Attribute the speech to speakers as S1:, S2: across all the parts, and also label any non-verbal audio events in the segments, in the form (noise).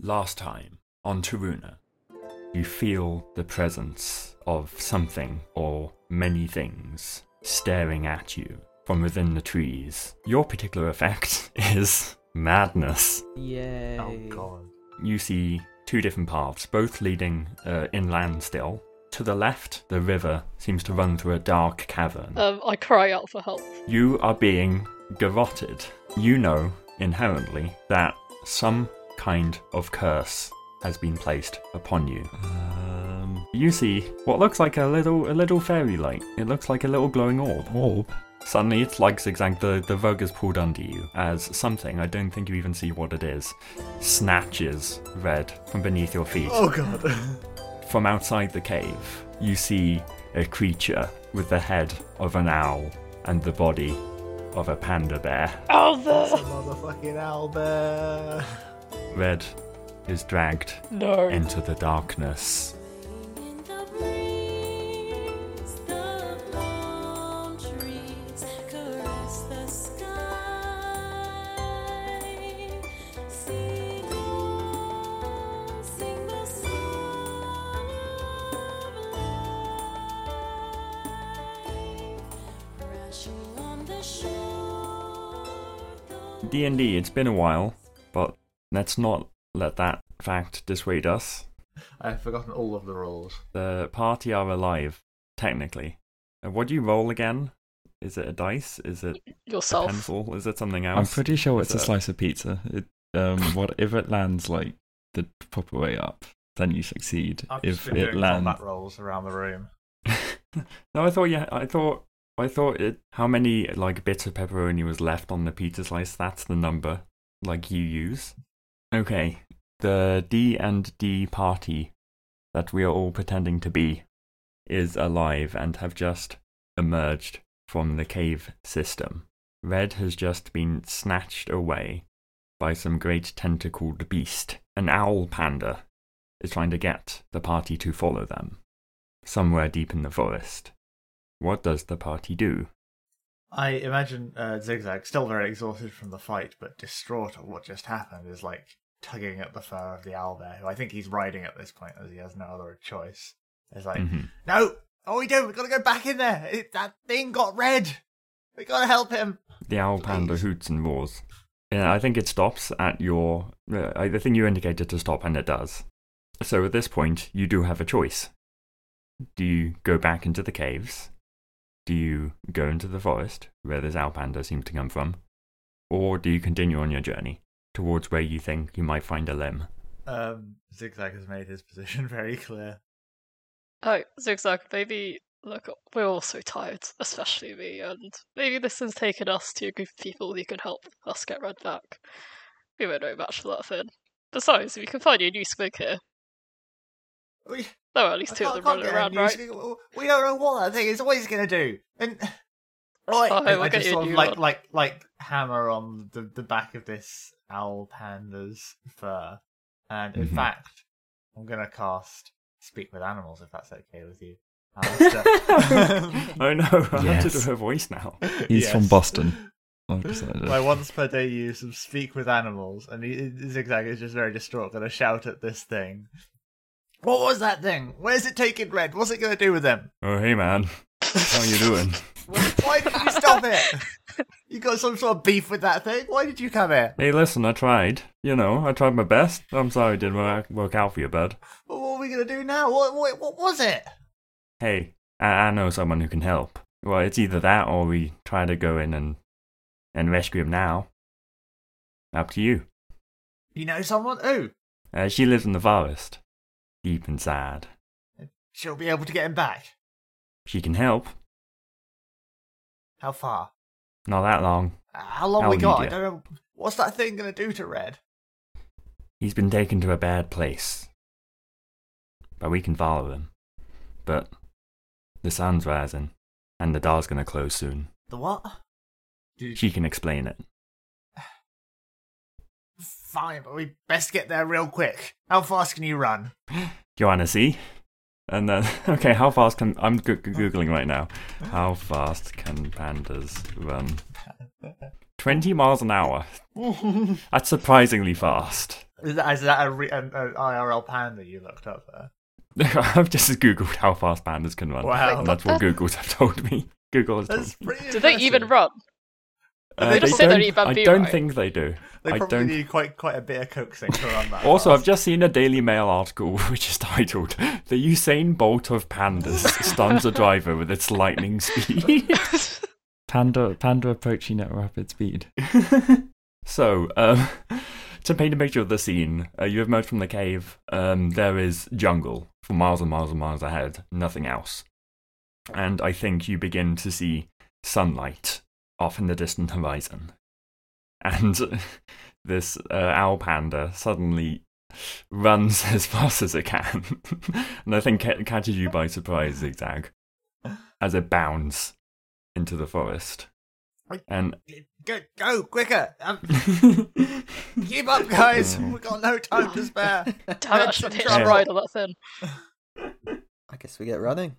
S1: last time on Taruna, you feel the presence of something or many things staring at you from within the trees. Your particular effect (laughs) is madness.
S2: Yay.
S3: Oh
S2: (laughs)
S3: god.
S1: you see two different paths, both leading uh, inland still. To the left, the river seems to run through a dark cavern.
S4: Um, I cry out for help.
S1: You are being garroted. You know inherently that some kind of curse has been placed upon you. Um, you see what looks like a little a little fairy light. It looks like a little glowing orb.
S3: Orb.
S1: Suddenly, it's like zigzag. The the rug is pulled under you as something I don't think you even see what it is. Snatches red from beneath your feet.
S3: Oh (laughs) god.
S1: From outside the cave, you see a creature with the head of an owl and the body of a panda bear.
S4: Oh,
S3: It's a
S4: the
S3: motherfucking Albert.
S1: Red is dragged
S4: no.
S1: into the darkness.
S5: In the breeze, the palm trees caress the sky. Sing, sing the song of life. Crashing on the shore.
S1: D and D. It's been a while, but let's not let that fact dissuade us.
S3: I've forgotten all of the rules.
S1: The party are alive, technically. And what do you roll again? Is it a dice? Is it a
S4: Yourself.
S1: pencil? Is it something else?
S6: I'm pretty sure it's a
S1: Is it-
S6: slice of pizza. It, um, what if it lands like the proper way up, then you succeed.
S3: I've just
S6: If
S3: been
S6: it
S3: doing
S6: lands,
S3: combat rolls around the room.
S1: no, I thought yeah, I thought I thought it. How many like bits of pepperoni was left on the pizza slice? That's the number like you use. Okay, the D and D party that we are all pretending to be is alive and have just emerged from the cave system. Red has just been snatched away by some great tentacled beast. An owl panda is trying to get the party to follow them somewhere deep in the forest. What does the party do?
S3: I imagine uh, Zigzag, still very exhausted from the fight, but distraught at what just happened, is like tugging at the fur of the owlbear, who I think he's riding at this point, as he has no other choice. It's like,
S1: Mhm.
S3: no, oh, we do, we gotta go back in there. It, that thing got red. We gotta help him.
S1: The owl panda
S3: Please.
S1: hoots and roars. Yeah, I think it stops at your. Uh, I I think you indicated to stop, and it does. So at this point, you do have a choice. Do you go back into the caves? Do you go into the forest, where this owl panda seems to come from? Or do you continue on your journey towards where you think you might find a limb?
S3: Um, Zigzag has made his position (laughs) very clear.
S4: Oh, zigzag. Maybe look, we're all so tired, especially me, and maybe this has taken us to a group of people who can help us get Red back. We were no match for that thing. Besides, we can find you a new swig here.
S3: We,
S4: There are at least
S3: I
S4: two of
S3: can't-
S4: them
S3: can't get
S4: running around,
S3: any
S4: right?
S3: news. We, we don't know what that thing is always going to do. And (sighs) right,
S4: Oh,
S3: I,
S4: we'll
S3: I
S4: get
S3: just
S4: you a
S3: sort of
S4: new
S3: like
S4: one.
S3: like like hammer on the, the back of this owl panda's fur. And in
S6: Mm-hmm.
S1: Mhm.
S3: fact, I'm going to cast speak with animals if that's okay with you. Alistair.
S4: (laughs)
S3: (laughs)
S1: Oh no, (laughs) I have to
S6: Yes.
S1: do her voice now.
S6: He's
S3: Yes.
S6: from
S3: (laughs)
S6: Boston. I've decided.
S3: My once per day use of speak with animals, and he, Zigzag is just very distraught, going to shout at this thing. What was that thing? Where's it taking Red? What's it going to do with them?
S1: Oh hey man, how you doing?
S3: Why did you stop it? You got some sort of beef with that thing? Why did you come here?
S1: Hey, listen, I tried. You know, I tried my best. I'm sorry it didn't work, work out for you, bud.
S3: Well, what are we going to do now? What, what, what was it?
S1: Hey, I, I know someone who can help. Well, it's either that or we try to go in and, and rescue him now. Up to you.
S3: You know someone? Who?
S1: Uh, she lives in the forest, deep inside.
S3: She'll be able to get him back.
S1: She can help.
S3: How far?
S1: Not that long.
S3: Uh, How long we
S1: How
S3: got? I
S1: media.
S3: don't know. What's that thing going to do to Red?
S1: He's been taken to a bad place. But we can follow him. But the sun's rising, and the door's gonna close soon.
S3: The what? Did
S1: She can explain it.
S3: Fine, but we best get there real quick. How fast can you run?
S1: Do you want to see? And
S7: (laughs)
S1: then, (laughs) okay, how fast can I'm goo- goo- googling right
S3: (laughs)
S1: now? How fast can pandas
S3: (laughs)
S1: run? Twenty miles an hour. That's surprisingly fast.
S3: Is that, is that a re- an, an IRL panda you looked up there?
S7: (laughs) I've just googled how fast pandas can run.
S3: Wow.
S7: (laughs) And Oh, that's what Google's have told me. Google has
S3: That's
S7: told me.
S3: pretty
S4: Do they even
S3: impressive. (laughs)
S4: run? (laughs)
S7: Uh,
S3: They just
S4: said
S7: don't-
S4: they're eat bamboo,
S7: I don't
S4: right?
S7: think they do.
S3: They
S7: I
S3: probably
S7: don't-
S3: need quite quite a bit of coaxing to run that.
S7: Also, I've
S3: fast.
S7: just seen a Daily Mail article (laughs) which is titled "The Usain Bolt of Pandas Stuns a Driver with Its Lightning Speed."
S1: Panda panda approaching at rapid speed.
S7: so, um, (laughs) to paint a picture of the scene, uh, you emerge from the cave. Um, there is jungle for miles and miles and miles ahead, nothing else. And I think you begin to see sunlight off in the distant horizon. And (laughs) this uh, owl panda suddenly runs (laughs) as fast as it can. (laughs) and I think ca- catches you by surprise, Zigzag, as it bounds into the forest.
S3: Right.
S7: And
S3: go, go quicker! Um, keep up, guys.
S7: Mm.
S3: We've got no time to spare.
S4: Damn it, I
S3: That's
S4: should
S3: a
S4: hit
S3: trouble.
S4: stride on that thing.
S2: I guess we get
S3: (laughs)
S2: running.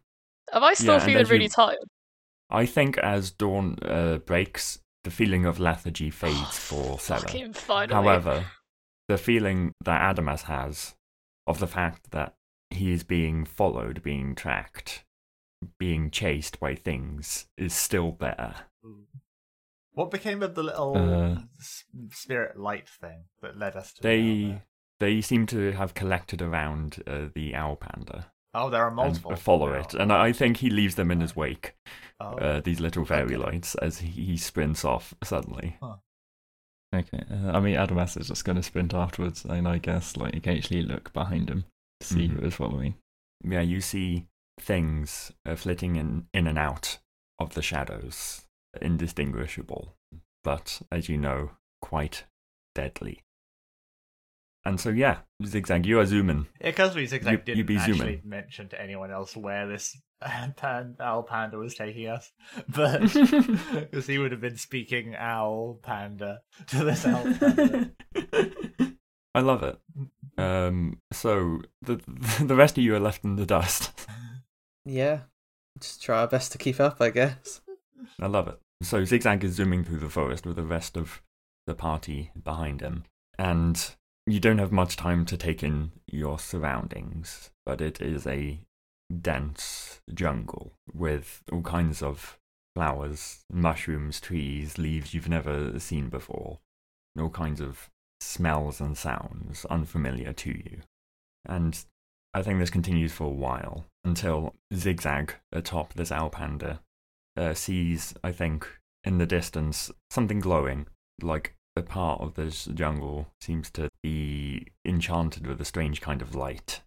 S4: Am I still
S7: Yeah, and
S4: feeling
S7: as you-
S4: really tired?
S7: (sighs) I think as dawn uh, breaks, the feeling of lethargy fades for Sarah.
S4: Fucking finally.
S7: However, the feeling that Adamas has of the fact that he is being followed, being tracked, being chased by things is still there.
S3: What became of the little
S1: Uh.
S3: s- spirit light thing that led us to? the
S7: They
S3: outlet?
S7: they seem to have collected around uh, the owl panda
S3: Oh, there are
S7: and
S3: multiple.
S7: um, follow it, and I think he leaves them in his wake.
S3: Oh.
S7: uh, these little
S3: Okay.
S7: fairy lights as he, he sprints off suddenly.
S1: Okay. Uh, I mean, Adamas is just going to sprint afterwards, and I guess like occasionally look behind him to see
S7: Mhm.
S1: who is following.
S7: Yeah, you see things uh, flitting in, in and out of the shadows, indistinguishable, but as you know, quite deadly. And so, yeah, zigzag, you are zooming.
S3: Because we
S7: You-
S3: zigzag
S7: you
S3: didn't
S7: be
S3: actually
S7: zooming.
S3: mention to anyone else where this uh, pan- owl panda was taking us, (laughs) but
S7: (laughs)
S3: because he would have been speaking owl panda to this owl
S7: (laughs)
S3: panda.
S7: I love it.
S3: Mm-hmm.
S7: Um, so the (laughs) the rest of you are left in the dust.
S2: (laughs)
S7: (laughs)
S2: Yeah. Just try our best to keep up, I guess.
S7: I love it. So Zigzag is zooming through the forest with the rest of the party behind him. And you don't have much time to take in your surroundings, but it is a dense jungle with all kinds of flowers, mushrooms, trees, leaves you've never seen before, and all kinds of smells and sounds unfamiliar to you. And I think this continues for a while until Zigzag, atop this owl panda, uh, sees, I think, in the distance, something glowing. Like a part of this jungle seems to be enchanted with a strange kind of light.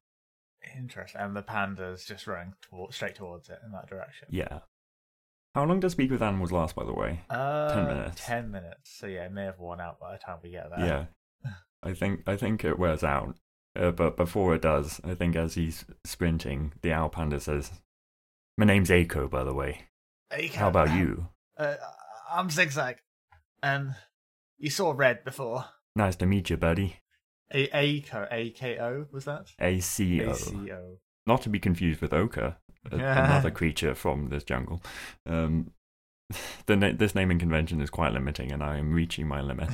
S3: Interesting. And the panda's just running toward, straight towards it in that direction.
S7: Yeah. How long does Speak with Animals last, by the way?
S3: Uh,
S7: 10 minutes.
S3: Ten minutes. So yeah, it may have worn out by the time we get there.
S7: (sighs) yeah. I think I think it wears out. Uh, but before it does, I think as he's sprinting, the owl panda says, "My name's Aiko, by the way.
S3: Hey, Kat,
S7: How (laughs) about you?
S3: Uh, I'm zigzag. Um, you saw red before.
S7: Nice to meet you, buddy.
S3: A A K O A K O was that?
S7: A C
S3: A
S7: O.
S3: C O. (laughs)
S7: not to be confused with Oka, a-
S3: Yeah.
S7: another creature from this jungle. Um, (laughs) the na- this naming convention is quite limiting, and I am reaching my limit.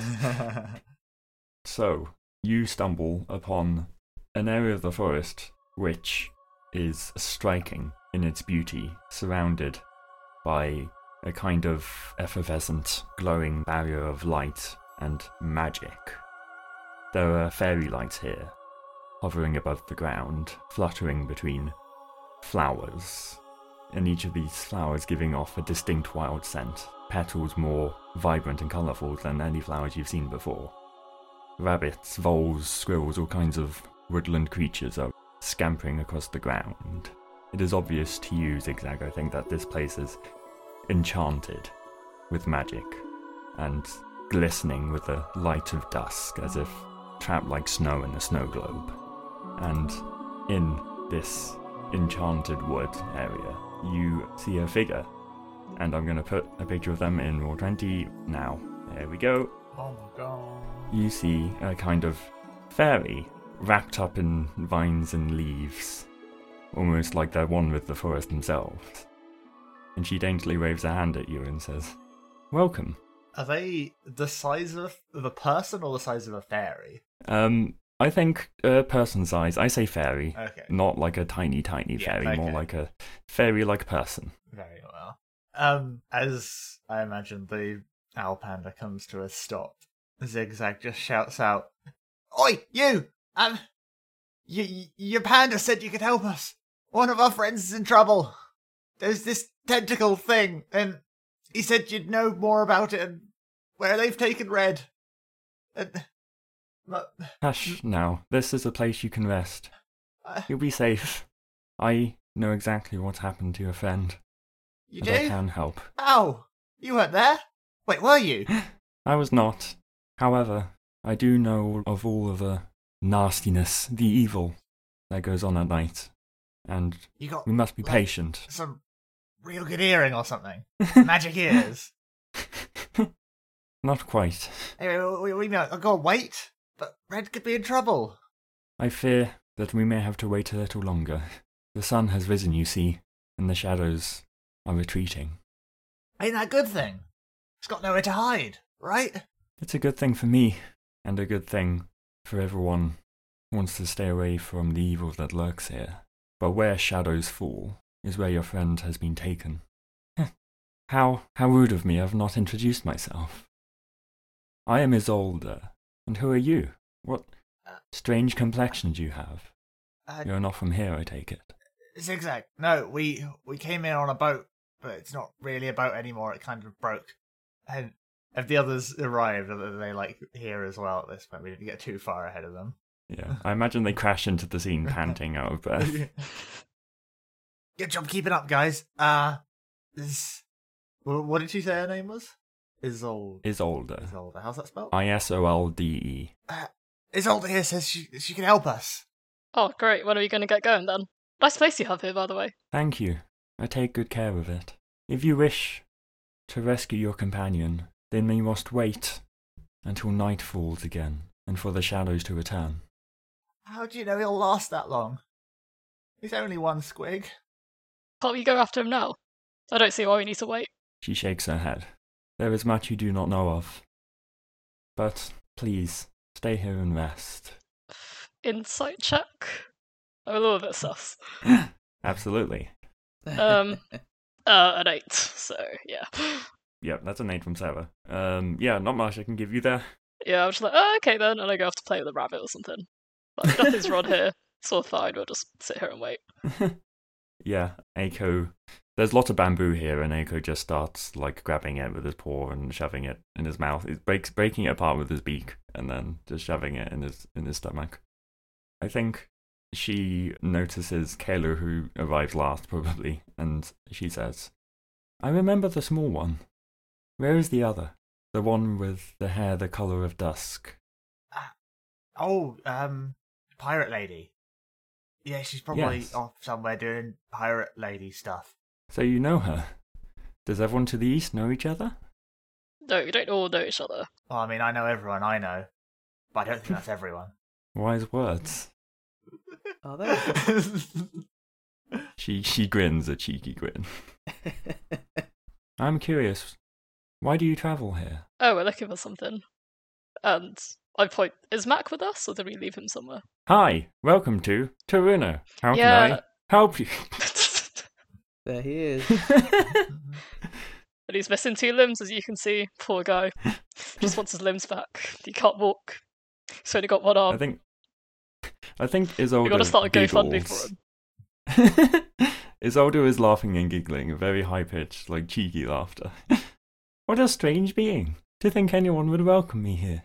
S7: so you stumble upon an area of the forest which is striking in its beauty, surrounded by a kind of effervescent, glowing barrier of light and magic. There are fairy lights here, hovering above the ground, fluttering between flowers, and each of these flowers giving off a distinct wild scent, petals more vibrant and colourful than any flowers you've seen before. Rabbits, voles, squirrels, all kinds of woodland creatures are scampering across the ground. It is obvious to you, Zigzag, I think, that this place is enchanted with magic and glistening with the light of dusk as if trapped like snow in a snow globe. And in this enchanted wood area, you see a figure. And I'm going to put a picture of them in roll 20 now. There we go
S3: oh my god.
S7: you see a kind of fairy wrapped up in vines and leaves, almost like they're one with the forest themselves. And she daintily waves her hand at you and says, Welcome.
S3: Are they the size of the person or the size of a fairy?
S7: Um,
S1: I think uh, person's eyes. I say fairy,
S3: Okay.
S1: not like a tiny, tiny
S3: Yeah,
S1: fairy, more
S3: okay.
S1: like a fairy-like person.
S3: Very well. Um, as I imagine the owl panda comes to a stop, Zigzag just shouts out, "Oi, you! Um, you, your panda said you could help us. One of our friends is in trouble. There's this tentacle thing, and he said you'd know more about it and where they've taken Red. And, but,
S1: Hush now. This is a place you can rest.
S3: I-
S1: You'll be safe. I know exactly what happened to your friend,
S3: you
S1: and I
S3: do?
S1: can help.
S3: Ow! You weren't there. Wait, were you?
S1: I was not. However, I do know of all of the nastiness, the evil that goes on at night, and
S3: You got
S1: we must be
S3: Like-
S1: patient.
S3: some real good earring or something. Magic ears.
S1: Not quite.
S3: Anyway, we, we know. Oh, God, wait. But Red could be in trouble.
S1: I fear that we may have to wait a little longer. The sun has risen, you see, and the shadows are retreating.
S3: Ain't that a good thing? It's got nowhere to hide, right?
S1: It's a good thing for me, and a good thing for everyone who wants to stay away from the evil that lurks here. But where shadows fall is where your friend has been taken. Heh. how how rude of me! I've not introduced myself. I am Isolde, and who are you? What strange complexion do you have?
S3: Uh,
S1: You're not from here, Uh, I take it.
S3: Zigzag. No, we we came in on a boat, but it's not really a boat anymore. It kind of broke. And have the others arrived? Are they like here as well at this point? We didn't get too far ahead of them.
S1: (laughs) Yeah, I imagine they crash into the (laughs) scene panting out of breath.
S3: (laughs) Good job keeping up, guys. Uh, this. wh- What did she say her name was? Isolde.
S1: Isolde.
S3: Isolde. How's that spelled?
S1: I S O L D E.
S3: Isolde here says she she can help us.
S4: Oh, great. When are we going to get going then? Nice place you have here, by the way.
S1: Thank you. I take good care of it. If you wish to rescue your companion, then you must wait until night falls again and for the shadows to return.
S3: How do you know he'll last that long? He's only one squig.
S4: Can't we go after him now? I don't see why we need to wait.
S1: She shakes her head. There is much you do not know of. But please, stay here and rest.
S4: Insight check? I'm a little bit sus.
S1: Absolutely.
S2: (laughs)
S4: Um, uh, an eight, so yeah.
S1: Yep, that's an aid from Sarah. Um, yeah, not much I can give you there.
S4: Yeah, I'm just like, oh, okay then, and I go off to play with a rabbit or something. Like, nothing's wrong here. It's all fine, we'll just sit here and wait.
S1: yeah, Aiko. There's lots of bamboo here, and Aiko just starts like grabbing it with his paw and shoving it in his mouth. It breaks, breaking it apart with his beak, and then just shoving it in his in his stomach. I think she notices Kayla, who arrives last probably, and she says, "I remember the small one. Where is the other? The one with the hair the color of dusk."
S3: Oh, um, pirate lady. Yeah, she's probably
S1: Yes.
S3: off somewhere doing pirate lady stuff.
S1: So you know her. Does everyone to the east know each other?
S4: No, we don't all know each other.
S3: Well, I mean, I know everyone I know, but I don't think that's (laughs) everyone.
S1: Wise words.
S2: oh, there we
S3: Zigzag
S1: She she grins a cheeky grin. I'm curious. Why do you travel here?
S4: Oh, we're looking for something. And I point, is Mac with us, or did we leave him somewhere?
S1: Hi, welcome to Toruno. How can
S4: (laughs) Yeah.
S1: I help you?
S4: and
S2: (laughs) there he
S3: (laughs)
S2: is.
S4: he's missing two limbs, as you can see.
S1: (laughs)
S4: Poor guy. Just wants his limbs back. He can't walk. He's only got one
S1: I
S4: arm.
S1: think I think Isolde
S4: We've got to Um, start a GoFundMe
S1: giggles.
S4: for him.
S6: (laughs)
S1: Isolde is laughing and giggling, a very high pitched, like cheeky laughter. what a strange being! To think anyone would welcome me here.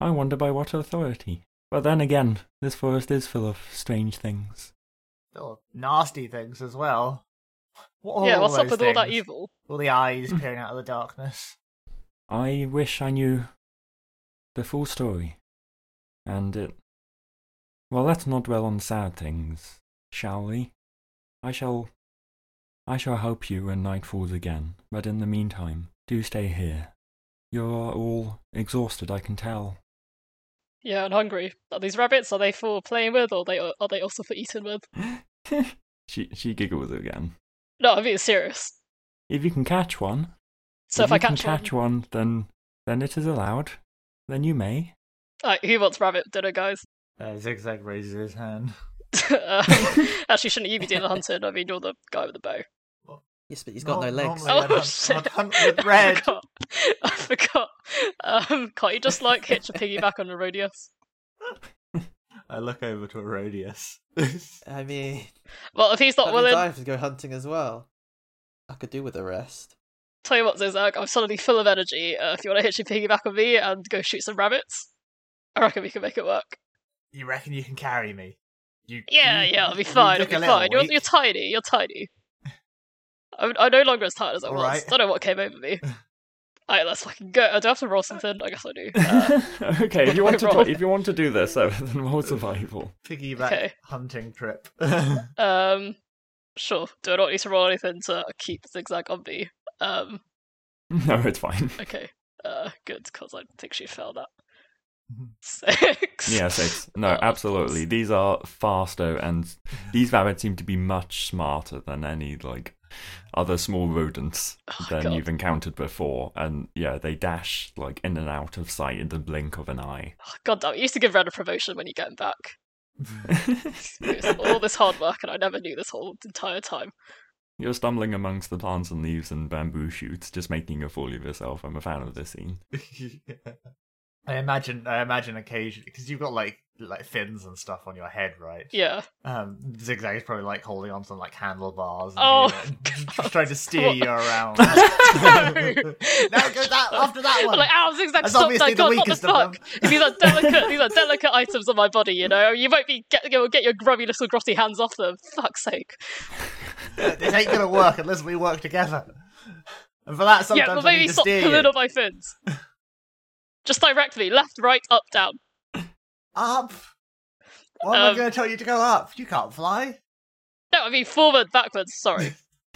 S1: I wonder by what authority. But then again, this forest is full of strange things.
S3: Little nasty things as well. What are
S4: yeah,
S3: all
S4: what's up
S3: those
S4: with all that
S3: things?
S4: evil?
S3: All the eyes peering out of the darkness.
S1: I wish I knew the full story. And it. Well, let's not dwell on sad things, shall we? I shall. I shall help you when night falls again, but in the meantime, do stay here. You are all exhausted, I can tell.
S4: Yeah, and hungry. Are these rabbits? Are they for playing with, or are they are they also for eating with?
S1: she she giggles again.
S4: No, I'm being serious.
S1: If you can catch one,
S4: So if,
S1: you
S4: I
S1: can
S4: catch,
S1: catch
S4: one,
S1: one, then then it is allowed. Then you may.
S4: Alright, who wants rabbit dinner, guys? (laughs)
S3: Uh, Zigzag raises his hand.
S4: um, actually, shouldn't you be doing the hunting? I mean, you're the guy with the bow.
S2: Yes, but he's got no
S3: Nor-
S2: legs.
S3: normally I'd
S4: (laughs) Oh,
S3: hunt-
S4: shit.
S3: I'd hunt (laughs)
S4: (laughs)
S3: with
S4: I
S3: red.
S4: forgot. I forgot. Um, can't you just like hitch a piggyback on a radius?
S3: I look over to Herodias.
S2: I mean,
S4: Well, if he's Oh. not
S2: that means
S4: willing,
S2: I have to go hunting as well. I could do with a rest.
S4: tell you what, Zizak, I'm suddenly full of energy. Uh, if you want to hitch a piggyback on me and go shoot some rabbits, I reckon we can make it work.
S3: (laughs) you reckon you can carry me? You,
S4: Yeah,
S3: you-
S4: yeah, I'll be
S3: you
S4: fine. I'll
S3: look
S4: be
S3: a little
S4: fine. You're,
S3: weak.
S4: you're tiny. You're
S3: (laughs)
S4: tiny. I'm, I'm no longer as tired as I
S3: All
S4: was.
S3: right.
S4: Don't know what came
S3: (laughs)
S4: over me. Alright, let's fucking go. I do I have to roll something. I guess I do. Uh,
S1: (laughs) okay, if you (laughs) want to
S4: Roll.
S1: do- if you want to do this, (laughs) uh, then roll survival. (laughs)
S3: piggyback
S4: Okay.
S3: hunting trip. (laughs)
S4: Um, sure. Do I not need to roll anything to keep zigzag on me? Um,
S1: No, it's fine.
S4: okay. Uh, good, because I think she failed that.
S3: Mhm.
S4: Six.
S1: Yeah, six. No,
S4: Oh, of
S1: absolutely. These are faster, and these rabbits seem to be much smarter than any like other small rodents
S4: (laughs) Oh,
S1: than
S4: God.
S1: you've encountered before. And yeah, they dash like in and out of sight in the blink of an eye.
S4: Oh, God damn, it. you used to give Red a promotion when you get him back. It
S1: (laughs)
S4: was Oh, all this hard work, and I never knew this whole entire time.
S1: You're stumbling amongst the plants and leaves and bamboo shoots, just making a fool of yourself. I'm a fan of this scene.
S3: I imagine, I imagine occasionally because you've got like like fins and stuff on your head, right?
S4: Yeah.
S3: Um, Zigzag is probably like holding on to like handlebars. And
S4: Oh, (laughs)
S3: you know, (laughs)
S4: God.
S3: trying to steer you (laughs)
S4: (laughs)
S3: around.
S4: No!
S3: Now go that after that one.
S4: I'm like, ow, zigzag,
S3: That's
S4: stop
S3: obviously the
S4: that, God, what the
S3: weakest of
S4: fuck?
S3: them.
S4: these are
S3: (laughs)
S4: delicate, these are delicate items on my body, you know? You won't be, get, you'll get your grubby little grotty hands off them. Fuck's sake.
S3: this ain't gonna work unless we work together. And for that, sometimes
S4: yeah, well,
S3: I need
S4: maybe
S3: to
S4: stop
S3: steer
S4: pulling
S3: you.
S4: on
S3: (laughs)
S4: my fins. Just directly, left, right, up, down.
S3: Up. Why am
S4: Um,
S3: I going to tell you to go up? You can't fly.
S4: No, I mean forward, backwards.
S3: (laughs)
S4: Sorry.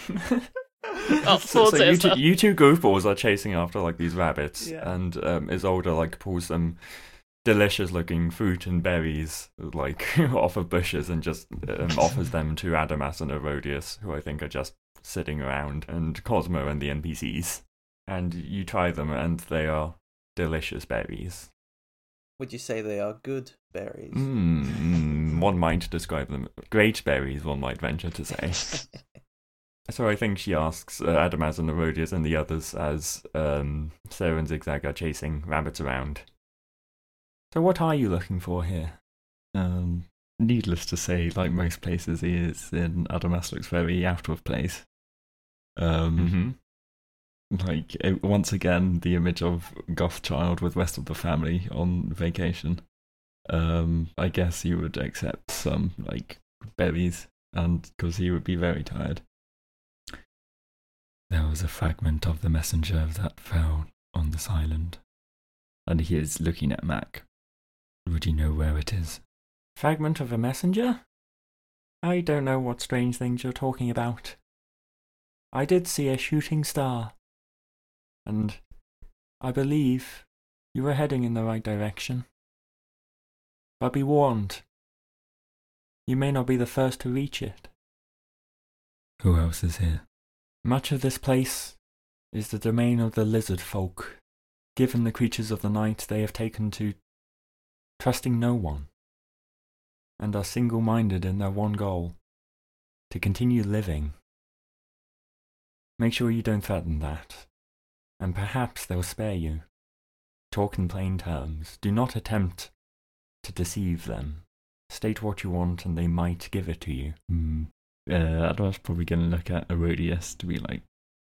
S4: oh,
S1: (laughs) so, so
S4: forwards it
S1: you,
S4: is.
S1: two,
S4: uh,
S1: you two goofballs are chasing after like these rabbits,
S3: Yeah.
S1: and um, Isolde like pulls some delicious-looking fruit and berries like (laughs) off of bushes and just um, offers them to Adamas and Erodius, who I think are just sitting around, and Cosmo and the NPCs. And you try them, and they are delicious berries.
S2: Would you say they are good berries? (laughs)
S1: Mm, one might describe them great berries. One might venture to say. So I think she asks uh, Adamaz and Herodias and the others as um, Sarah and Zigzag are chasing rabbits around. So what are you looking for here?
S6: Um, needless to say, like most places he is in, Adamas looks very out of place. Um,
S1: Mm-hmm.
S6: like it, once again, the image of goth child with rest of the family on vacation. Um, I guess he would accept some like berries, and because he would be very tired. There was a fragment of the messenger that fell on this island, and he is looking at Mac. Would you know where it is?
S1: Fragment of a messenger? I don't know what strange things you're talking about. I did see a shooting star. And I believe you were heading in the right direction. But be warned, you may not be the first to reach it.
S6: Who else is here?
S1: Much of this place is the domain of the lizard folk. Given the creatures of the night, they have taken to trusting no one, and are single minded in their one goal to continue living. Make sure you don't threaten that, and perhaps they'll spare you. Talk in plain terms. Do not attempt to deceive them. State what you want, and they might give it to you.
S6: Hmm. Uh, I was probably going to look at Herodias to be like,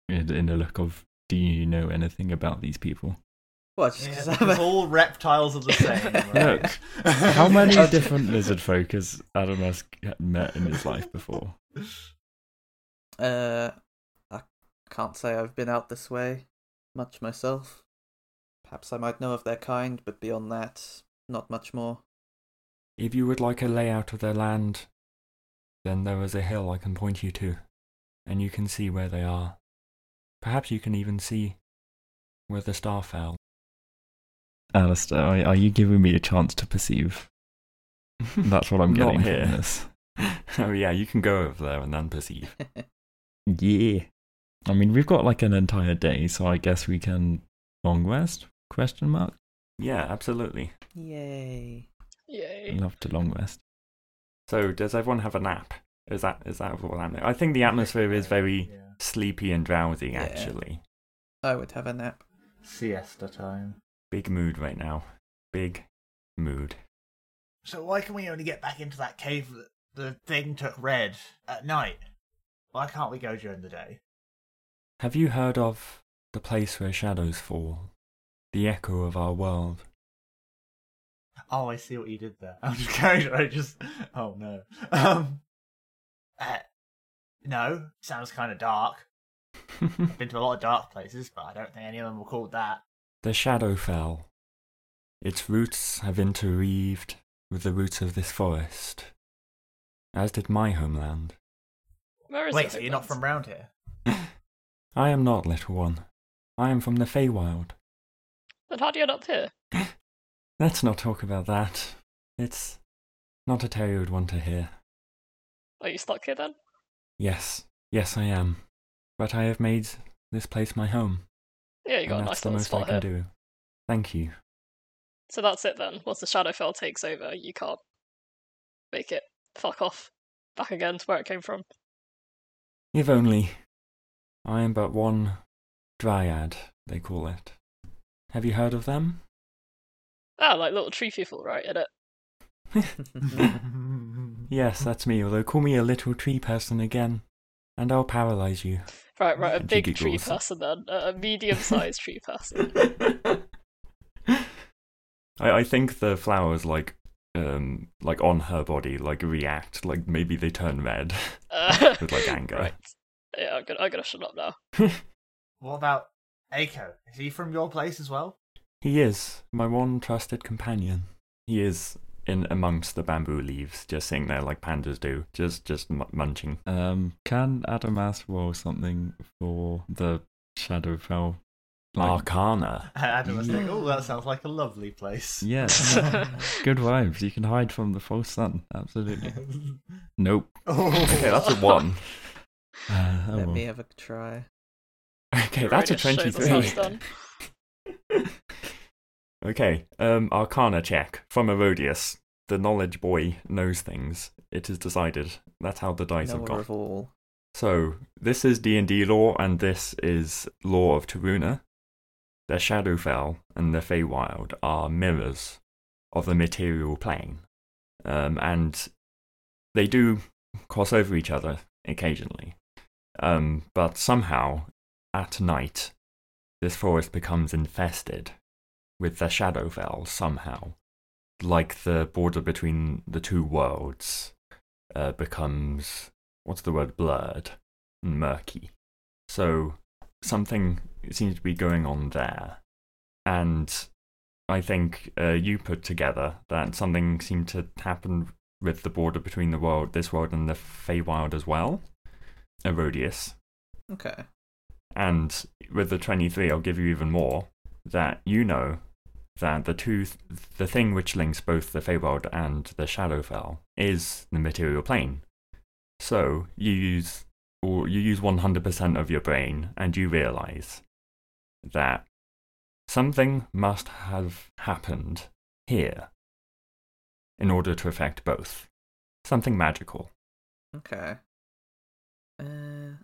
S6: in, in a look of, do you know anything about these people?
S2: What? Just 'cause
S3: (laughs) Yeah,
S2: I'm
S3: because
S2: a-
S3: all reptiles are the (laughs) same. Right?
S6: Look, How (laughs) many different lizard folk has Adamas met in his life before?
S2: Uh, I can't say I've been out this way much myself. Perhaps I might know of their kind, but beyond that, not much more.
S1: If you would like a layout of their land, then there is a hill I can point you to, and you can see where they are. Perhaps you can even see where the star fell.
S6: Alistair, are, are you giving me a chance to perceive? (laughs) That's what I'm
S1: Not
S6: getting from
S1: here.
S6: this.
S1: (laughs) oh yeah, you can go over there and then perceive.
S6: Yeah. I mean, we've got like an entire day, so I guess we can long rest? Question mark.
S1: Yeah, absolutely.
S2: Yay.
S4: Yay.
S6: Love to long rest.
S1: So, does everyone have a nap? Is that is that what happening? I think the atmosphere is very
S3: Yeah.
S1: sleepy and drowsy.
S2: Yeah.
S1: Actually,
S2: I would have a nap. (laughs)
S3: siesta time.
S1: big mood right now. Big mood.
S3: So why can we only get back into that cave that the thing took red at night? Why can't we go during the day?
S1: Have you heard of the place where shadows fall? The echo of our
S4: (laughs)
S1: world.
S3: Oh, I see what you did there. (laughs) I'm just going. I just. Oh no. Um. uh, no, sounds kind of dark. I've been to a lot of dark places, but I don't think any of them were called that.
S1: The shadow fell. Its roots have interweaved with the roots of this forest, as did my homeland.
S4: Where is
S3: Wait,
S4: it?
S3: so you're not from
S4: Homeland?
S3: round here?
S1: I am not, little one. I am from the Feywild.
S4: Then how do you end up here?
S1: Let's not talk about that. It's not a tale you would want to hear.
S4: Are you stuck here then?
S1: Yes, yes, I am. But I have made this place my home,
S4: Yeah, you got a
S1: and
S4: nice
S1: that's the
S4: little
S1: most I
S4: spot
S1: can
S4: here.
S1: do. Thank you.
S4: So that's it then. Once the Shadowfell takes over, you can't make it. Fuck off. Back again to where it came from.
S1: If only. I am but one dryad, they call it. Have you heard of them?
S4: Ah, like little tree people, right? In it.
S1: Yes, that's me, although call me a little tree person again, and I'll paralyze you.
S4: Right, right. A
S1: And she
S4: big tree
S1: giggles.
S4: person then. A
S1: (laughs)
S4: medium-sized tree person.
S1: I, (laughs) I think the flowers, like, um, like on her body, like react, like maybe they turn red. (laughs)
S4: Uh,
S1: With,
S4: (laughs)
S1: like, anger.
S4: Right. Yeah, I'm gonna, I'm gonna shut up
S1: (laughs)
S4: now.
S3: What about Aiko? Is he from your place as well? (laughs)
S1: He is my one trusted companion. He is in amongst the bamboo leaves, just sitting there like pandas do, just just m- munching.
S6: Um, can Adamas roll something for the Shadowfell?
S1: Arcana.
S3: I had a mistake. Oh, that sounds like a lovely place.
S6: (laughs) Yeah, good vibes. You can hide from the false sun. Absolutely. Nope.
S1: (laughs) Okay,
S3: oh. (laughs)
S1: that's (laughs) a one.
S6: Uh, oh
S2: Let
S6: well.
S2: me have a try.
S1: Okay,
S4: It
S1: that's a
S4: really just shows us how
S1: twenty-three.
S4: it's done.
S1: (laughs) Okay, um, Arcana check from Erodius. The knowledge boy knows things. It is decided. That's how the dice have
S2: Knower
S1: got.
S2: of all.
S1: So this is D and D law, and this is law of Taruna. The Shadowfell and the Feywild are mirrors of the material plane, um, and they do cross over each other occasionally. Um, but somehow, at night, this forest becomes infested with the Shadowfell somehow, like the border between the two worlds uh, becomes what's the word blurred and murky so something seems to be going on there and i think uh, you put together that something seemed to happen with the border between the world this world and the Feywild as well erodius
S2: Okay.
S1: and with the 23 i'll give you even more that you know that the two the thing which links both the Feywild and the Shadowfell is the material plane so you use or you use 100% of your brain and you realize that something must have happened here in order to affect both something magical
S2: Okay. Uh,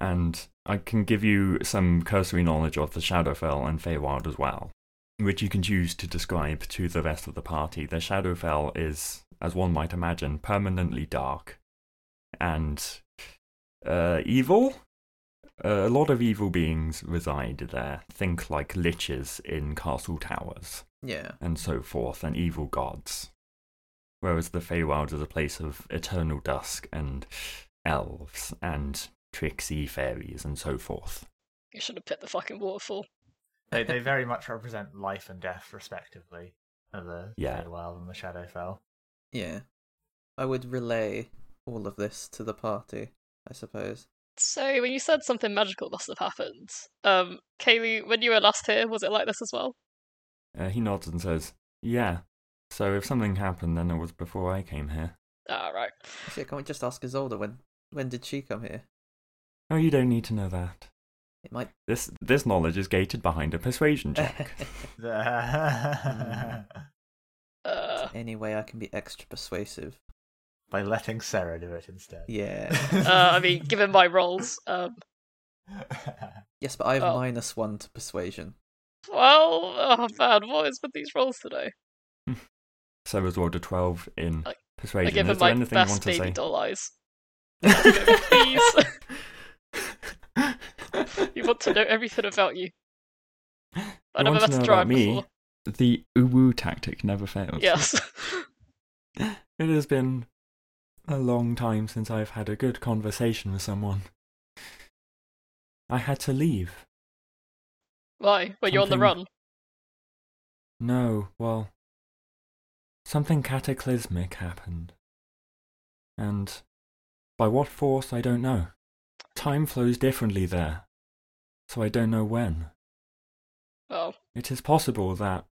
S1: and I can give you some cursory knowledge of the Shadowfell and Feywild as well, which you can choose to describe to the rest of the party. The Shadowfell is, as one might imagine, permanently dark and uh, evil. Uh, a lot of evil beings reside there. Think like liches in castle towers
S2: yeah.
S1: and so forth, and evil gods. Whereas the Feywild is a place of eternal dusk and elves and tricksy fairies and so forth.
S4: You should have picked the fucking waterfall.
S3: they, they very much represent life and death, respectively, of the
S1: Yeah.
S3: Feywild and the Shadowfell.
S2: (laughs)
S3: (laughs)
S2: Yeah. I would relay all of this to the party, I suppose.
S4: So when you said something magical must have happened, um, Kaylee, when you were last here, was it like this as well?
S1: Uh, he nods and says, Yeah, so if something happened, then it was before I came here.
S4: Ah, right.
S2: Actually, can't we just ask Isolde when when did she come here?
S1: Oh, you don't need to know that.
S2: It might
S1: This, this knowledge is
S4: Eh.
S1: gated behind a persuasion check.
S3: The-
S4: Uh,
S2: (laughs) any way I can be extra persuasive.
S3: by letting Sarah do it instead.
S2: Yeah.
S4: Uh, I mean, given my roles, um,
S3: (laughs)
S2: Yes, but I have
S4: Oh.
S2: minus one to persuasion.
S4: well, oh man, what is with these roles today?
S1: Sarah's rolled a 12 in
S4: I- I
S1: persuasion.
S4: give
S1: Is
S4: him
S1: there
S4: my
S1: anything you
S4: best
S1: want to
S4: baby
S1: say?
S4: doll
S1: (laughs)
S4: eyes.
S2: (laughs)
S4: Please, you want to know everything about you. I
S1: You
S4: never
S1: want to
S4: met a
S1: know
S4: drag
S1: about me?
S4: before.
S6: The uwu tactic never fails.
S4: Yes.
S1: It has been a long time since I've had a good conversation with someone. I had to leave.
S4: (laughs) Why? Well, you're on the
S1: Something-
S4: run.
S1: No, well, something cataclysmic happened. And by what force, I don't know. Time flows differently there, so I don't know when.
S4: Oh,
S1: It is possible that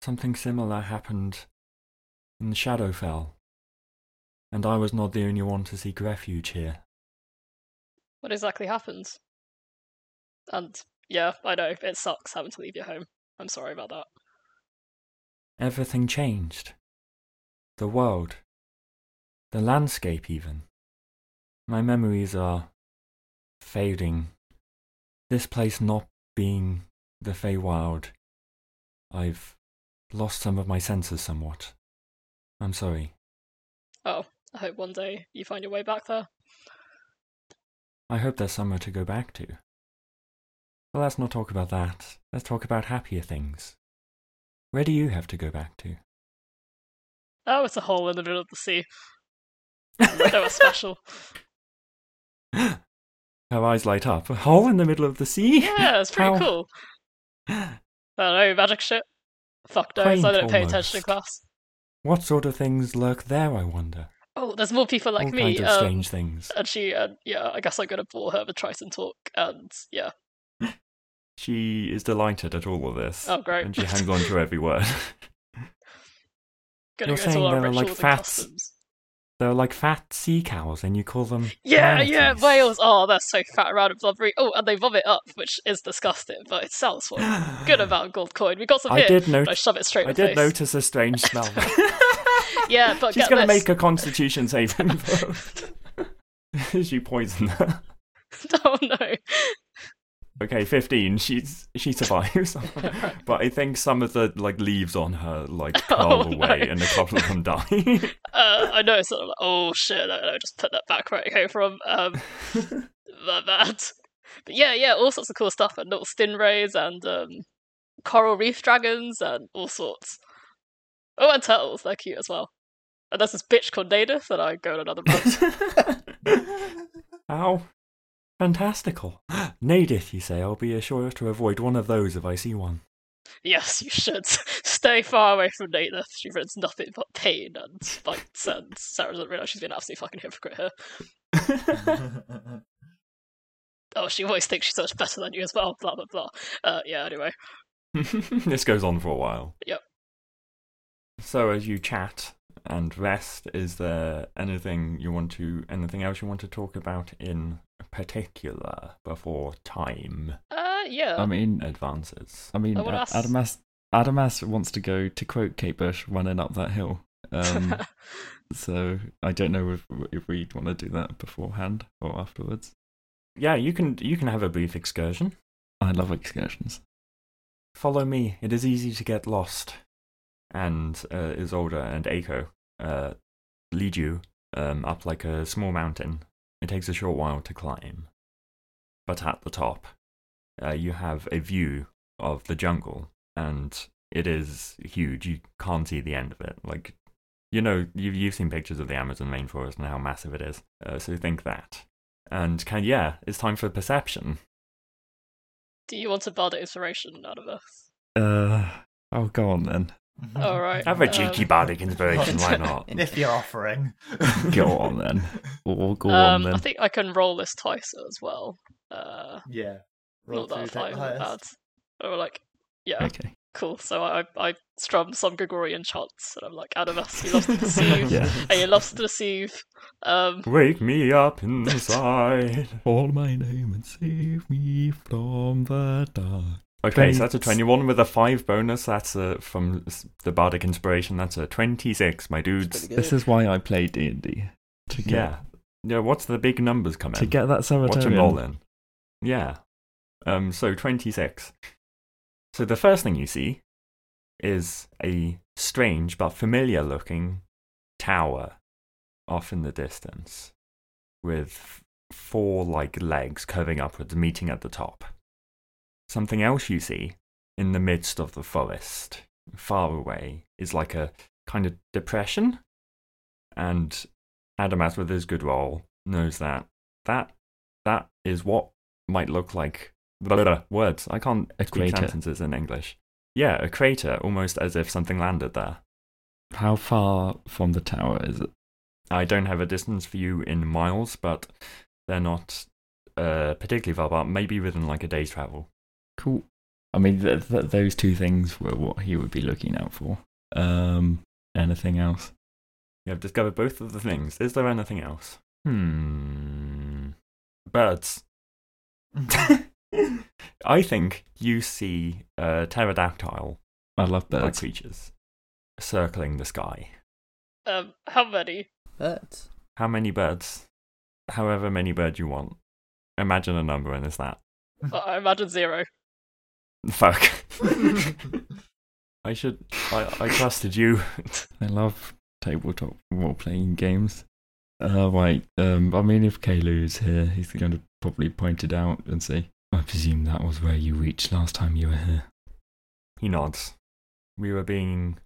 S1: something similar happened in the Shadowfell, and I was not the only one to seek refuge here.
S4: what exactly happens? And yeah, I know it sucks having to leave your home. I'm sorry about that.
S1: Everything changed. The world. The landscape, even. My memories are fading. This place not being the Feywild. I've lost some of my senses somewhat. I'm sorry.
S4: Oh, I hope one day you find your way back there.
S1: I hope there's somewhere to go back to. But let's not talk about that. Let's talk about happier things. Where do you have to go back to?
S4: Oh, it's a hole in the middle of the sea. they were special.
S1: Her eyes light up. A hole in the middle of the sea? (laughs)
S4: Yeah, it's
S1: How- (gasps)
S4: pretty cool. I don't know, magic shit. Fuck knows, I
S1: Quaint
S4: don't pay attention in
S1: almost.
S4: class.
S1: What sort of things lurk there, I wonder?
S4: Oh, there's more people like
S1: All
S4: me.
S1: kinds of
S4: um,
S1: strange things.
S4: and she, uh, yeah, I guess I'm gonna bore her with Triton talk, and yeah,
S1: She is delighted at all of this.
S4: Oh, great.
S1: And she hangs on to every word.
S4: gonna
S1: You're
S4: go to all
S1: saying
S4: our
S1: there are,
S4: rituals
S1: like,
S4: and
S1: fats?
S4: customs.
S1: (laughs) They're like fat sea cows, and you call them.
S4: Yeah, yeah,
S1: manatees.
S4: whales. Oh, they're so fat around and blubbery. Oh, and they vomit up, which is disgusting, but it sells for a
S1: (gasps)
S4: good amount of gold coin. We got some
S1: I
S4: here.
S1: did
S4: and I
S1: notice.
S4: shove it straight.
S1: I
S4: in the
S1: did
S4: face.
S1: notice a strange smell.
S4: (laughs) Yeah, but
S1: She's
S4: get
S1: gonna
S4: this.
S1: make a Constitution saving throw. Is (laughs) she poisoned?
S4: (laughs) oh no.
S1: okay, fifteen. She's she
S4: (laughs)
S1: survives, but I think some of the like leaves on her like
S4: (laughs) Oh,
S1: curl away,
S4: no.
S1: and a couple
S4: (laughs)
S1: of them die.
S4: Uh, I noticed that. I'm like, oh shit! No, no, just put that back where it came from. Um, my bad. But yeah, yeah, all sorts of cool stuff and little stingrays and um, coral reef dragons and all sorts. Oh, and turtles, they're cute as well. And there's this bitch called Nada that I go on another run.
S1: Ow. Fantastical. (gasps) Nadith, you say. I'll be sure to avoid one of those if I see one.
S4: yes, you should. (laughs) Stay far away from Nada. She brings nothing but pain and spikes, and Sarah doesn't realise she's been an absolute fucking hypocrite here. Oh, she always thinks she's so much better than you as well, blah, blah, blah. Uh, yeah, anyway.
S1: this goes on for a while.
S4: Yep.
S1: So as you chat and rest, is there anything you want to anything else you want to talk about in particular before time
S4: Uh, yeah.
S6: I mean,
S1: advances?
S6: I mean,
S4: I wanna
S6: A-
S4: ask-
S6: Adamas Adamas wants to go to quote Kate Bush running up that hill. (laughs) Um, so I don't know if if we want to do that beforehand or afterwards.
S1: Yeah, you can you can have a brief excursion.
S6: I love excursions.
S1: Follow me. It is easy to get lost. And uh, Isolde and Aiko uh, lead you um, up like a small mountain. It takes a short while to climb. But at the top, uh, you have a view of the jungle, and it is huge. You can't see the end of it. Like, you know, you've, you've seen pictures of the Amazon rainforest and how massive it is. Uh, so think that. And can, yeah, it's time for perception.
S4: Do you want to barter inspiration out of us?
S6: Uh, oh, go on then.
S4: Alright.
S1: Mm. Have a
S4: Uh,
S1: cheeky
S4: um,
S1: bardic inspiration, why not?
S3: if you're offering.
S6: Go on then. Or go on
S4: Um,
S6: then.
S4: I think I can roll this twice as well. Uh,
S3: Yeah.
S4: not that
S3: two,
S4: high
S3: take the
S4: or bad.
S3: highest.
S4: Or Oh, like, yeah,
S6: okay.
S4: cool. So I, I I strum some Gregorian chants, and I'm like, Adamus, you
S3: (laughs)
S4: love to deceive,
S6: Yeah.
S4: and you love to deceive. Um,
S1: Wake me up inside.
S6: Call my name and save me from the dark.
S1: Okay,
S6: Twenty-
S1: so that's a 21 with a 5 bonus. That's uh, from s- the Bardic Inspiration. That's a 26, my dudes.
S2: pretty
S6: This
S2: good.
S6: is why I play D and D to get
S1: Yeah. Yeah, what's the big numbers coming?
S6: to get that
S1: Watch them roll
S6: Samaritarian.
S1: in. Yeah. Um, so 26. So the first thing you see is a strange but familiar looking tower off in the distance with four like legs curving upwards meeting at the top. Something else you see in the midst of the forest far away is like a kind of depression and Adamas with his good roll knows that that that is what might look like (laughs) blah, blah, blah, words. I can't
S6: A
S1: speak
S6: crater.
S1: sentences in English. Yeah, a crater, almost as if something landed there.
S6: How far from the tower is it?
S1: I don't have a distance for you in miles, but they're not uh, particularly far apart. Maybe within like a day's travel.
S6: Cool. I mean, th- th- those two things were what he would be looking out for. Um, anything else?
S1: You have discovered both of the things. Is there anything else? Hmm. Birds. (laughs) I think you see uh, pterodactyl
S6: I love
S1: like
S6: birds.
S1: creatures circling the sky.
S4: Um,
S3: (laughs)
S4: how many?
S1: (laughs)
S2: But
S1: How many birds? However many birds you want. Imagine a number and it's that.
S4: Uh, I imagine zero.
S1: Fuck. I should. I, I trusted you.
S6: I love tabletop role playing games. Uh, right. Um, I mean, if Kalu's here, he's going to probably point it out and say, I presume that was where you reached last time you were here.
S1: He nods. We were being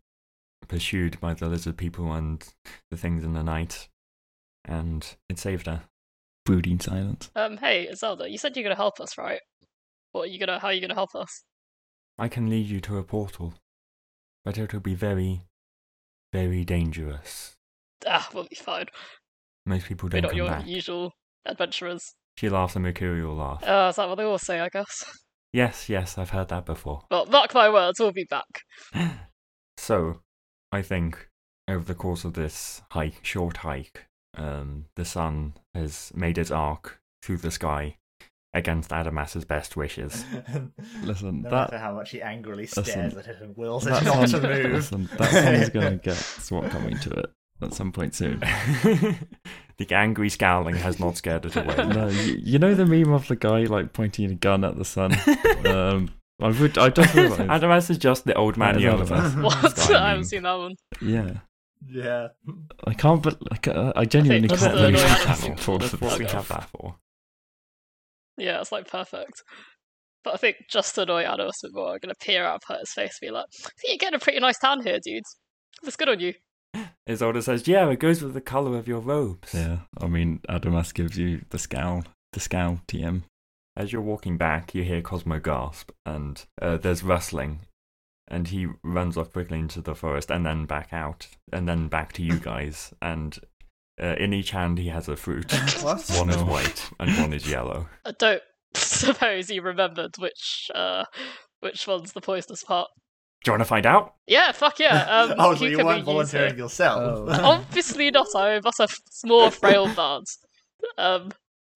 S1: pursued by the lizard people and the things in the night, and it saved her.
S6: Brooding silence.
S4: Um, hey, Zelda, you said you're gonna help us, right? What are you gonna? How are you gonna help us?
S1: I can lead you to a portal, but it'll be very, very dangerous.
S4: Ah, we'll be fine.
S1: Most people
S4: We're
S1: don't
S4: not
S1: come
S4: your
S1: back.
S4: usual adventurers.
S1: She laughs a mercurial laugh.
S4: Uh, is that what they all say? I guess.
S1: yes, yes, I've heard that before.
S4: Well, mark my words, we'll be
S3: (laughs)
S4: back. (laughs)
S1: So, I think over the course of this hike, short hike, um, the sun has made its arc through the sky against Adamas's best wishes. (laughs)
S3: (laughs)
S6: Listen,
S3: no
S6: that-
S3: matter how much he angrily
S6: Listen,
S3: stares at it and wills it (laughs)
S6: That
S3: not to
S6: sun- (laughs)
S3: move.
S6: listen, that sun's going to get SWAT coming to it at some
S1: (laughs)
S6: point soon.
S1: the angry scowling has not scared it away.
S6: No, you, you know the meme of the guy like pointing a gun at the sun.
S2: (laughs)
S6: Um, I would, I just realized.
S1: Adamas is just the old man
S6: That is
S1: the
S6: Adamas.
S1: other
S4: (laughs) What?
S1: Skyrim.
S4: I haven't seen that one.
S6: Yeah,
S3: Yeah.
S6: I can't, but like, uh, I genuinely
S4: that's
S6: can't
S4: the
S6: believe
S4: annoying
S6: that
S4: Adam's thing.
S6: happened. for
S1: That's
S6: the-
S1: what we
S4: Okay.
S1: have that for.
S4: Yeah, it's like perfect. But I think just to annoy Ados a bit more, I'm gonna peer up at his face and be like, I think you're getting a pretty nice tan here, dudes. Looks good on you.
S1: Isolde says, Yeah, it goes with the colour of your robes.
S6: Yeah, I mean, Adamas gives you the scowl, the scowl TM.
S1: As you're walking back, you hear Cosmo gasp, and uh, there's rustling, and he runs off quickly into the forest, and then back out, and then back to you guys. And uh, in each hand, he has a fruit.
S3: (laughs)
S2: what?
S1: One is
S6: No.
S1: white, and one is yellow.
S4: I don't (laughs) suppose he remembered which uh which one's the poisonous part.
S1: Do you want to find out?
S4: Yeah,
S3: (laughs)
S4: fuck yeah. Um,
S3: oh, so
S4: you
S3: you
S4: can be
S3: weren't
S4: (laughs)
S3: volunteering
S4: using-
S3: yourself. (laughs)
S2: Oh.
S4: Obviously not. I must have small, frail bards. Um,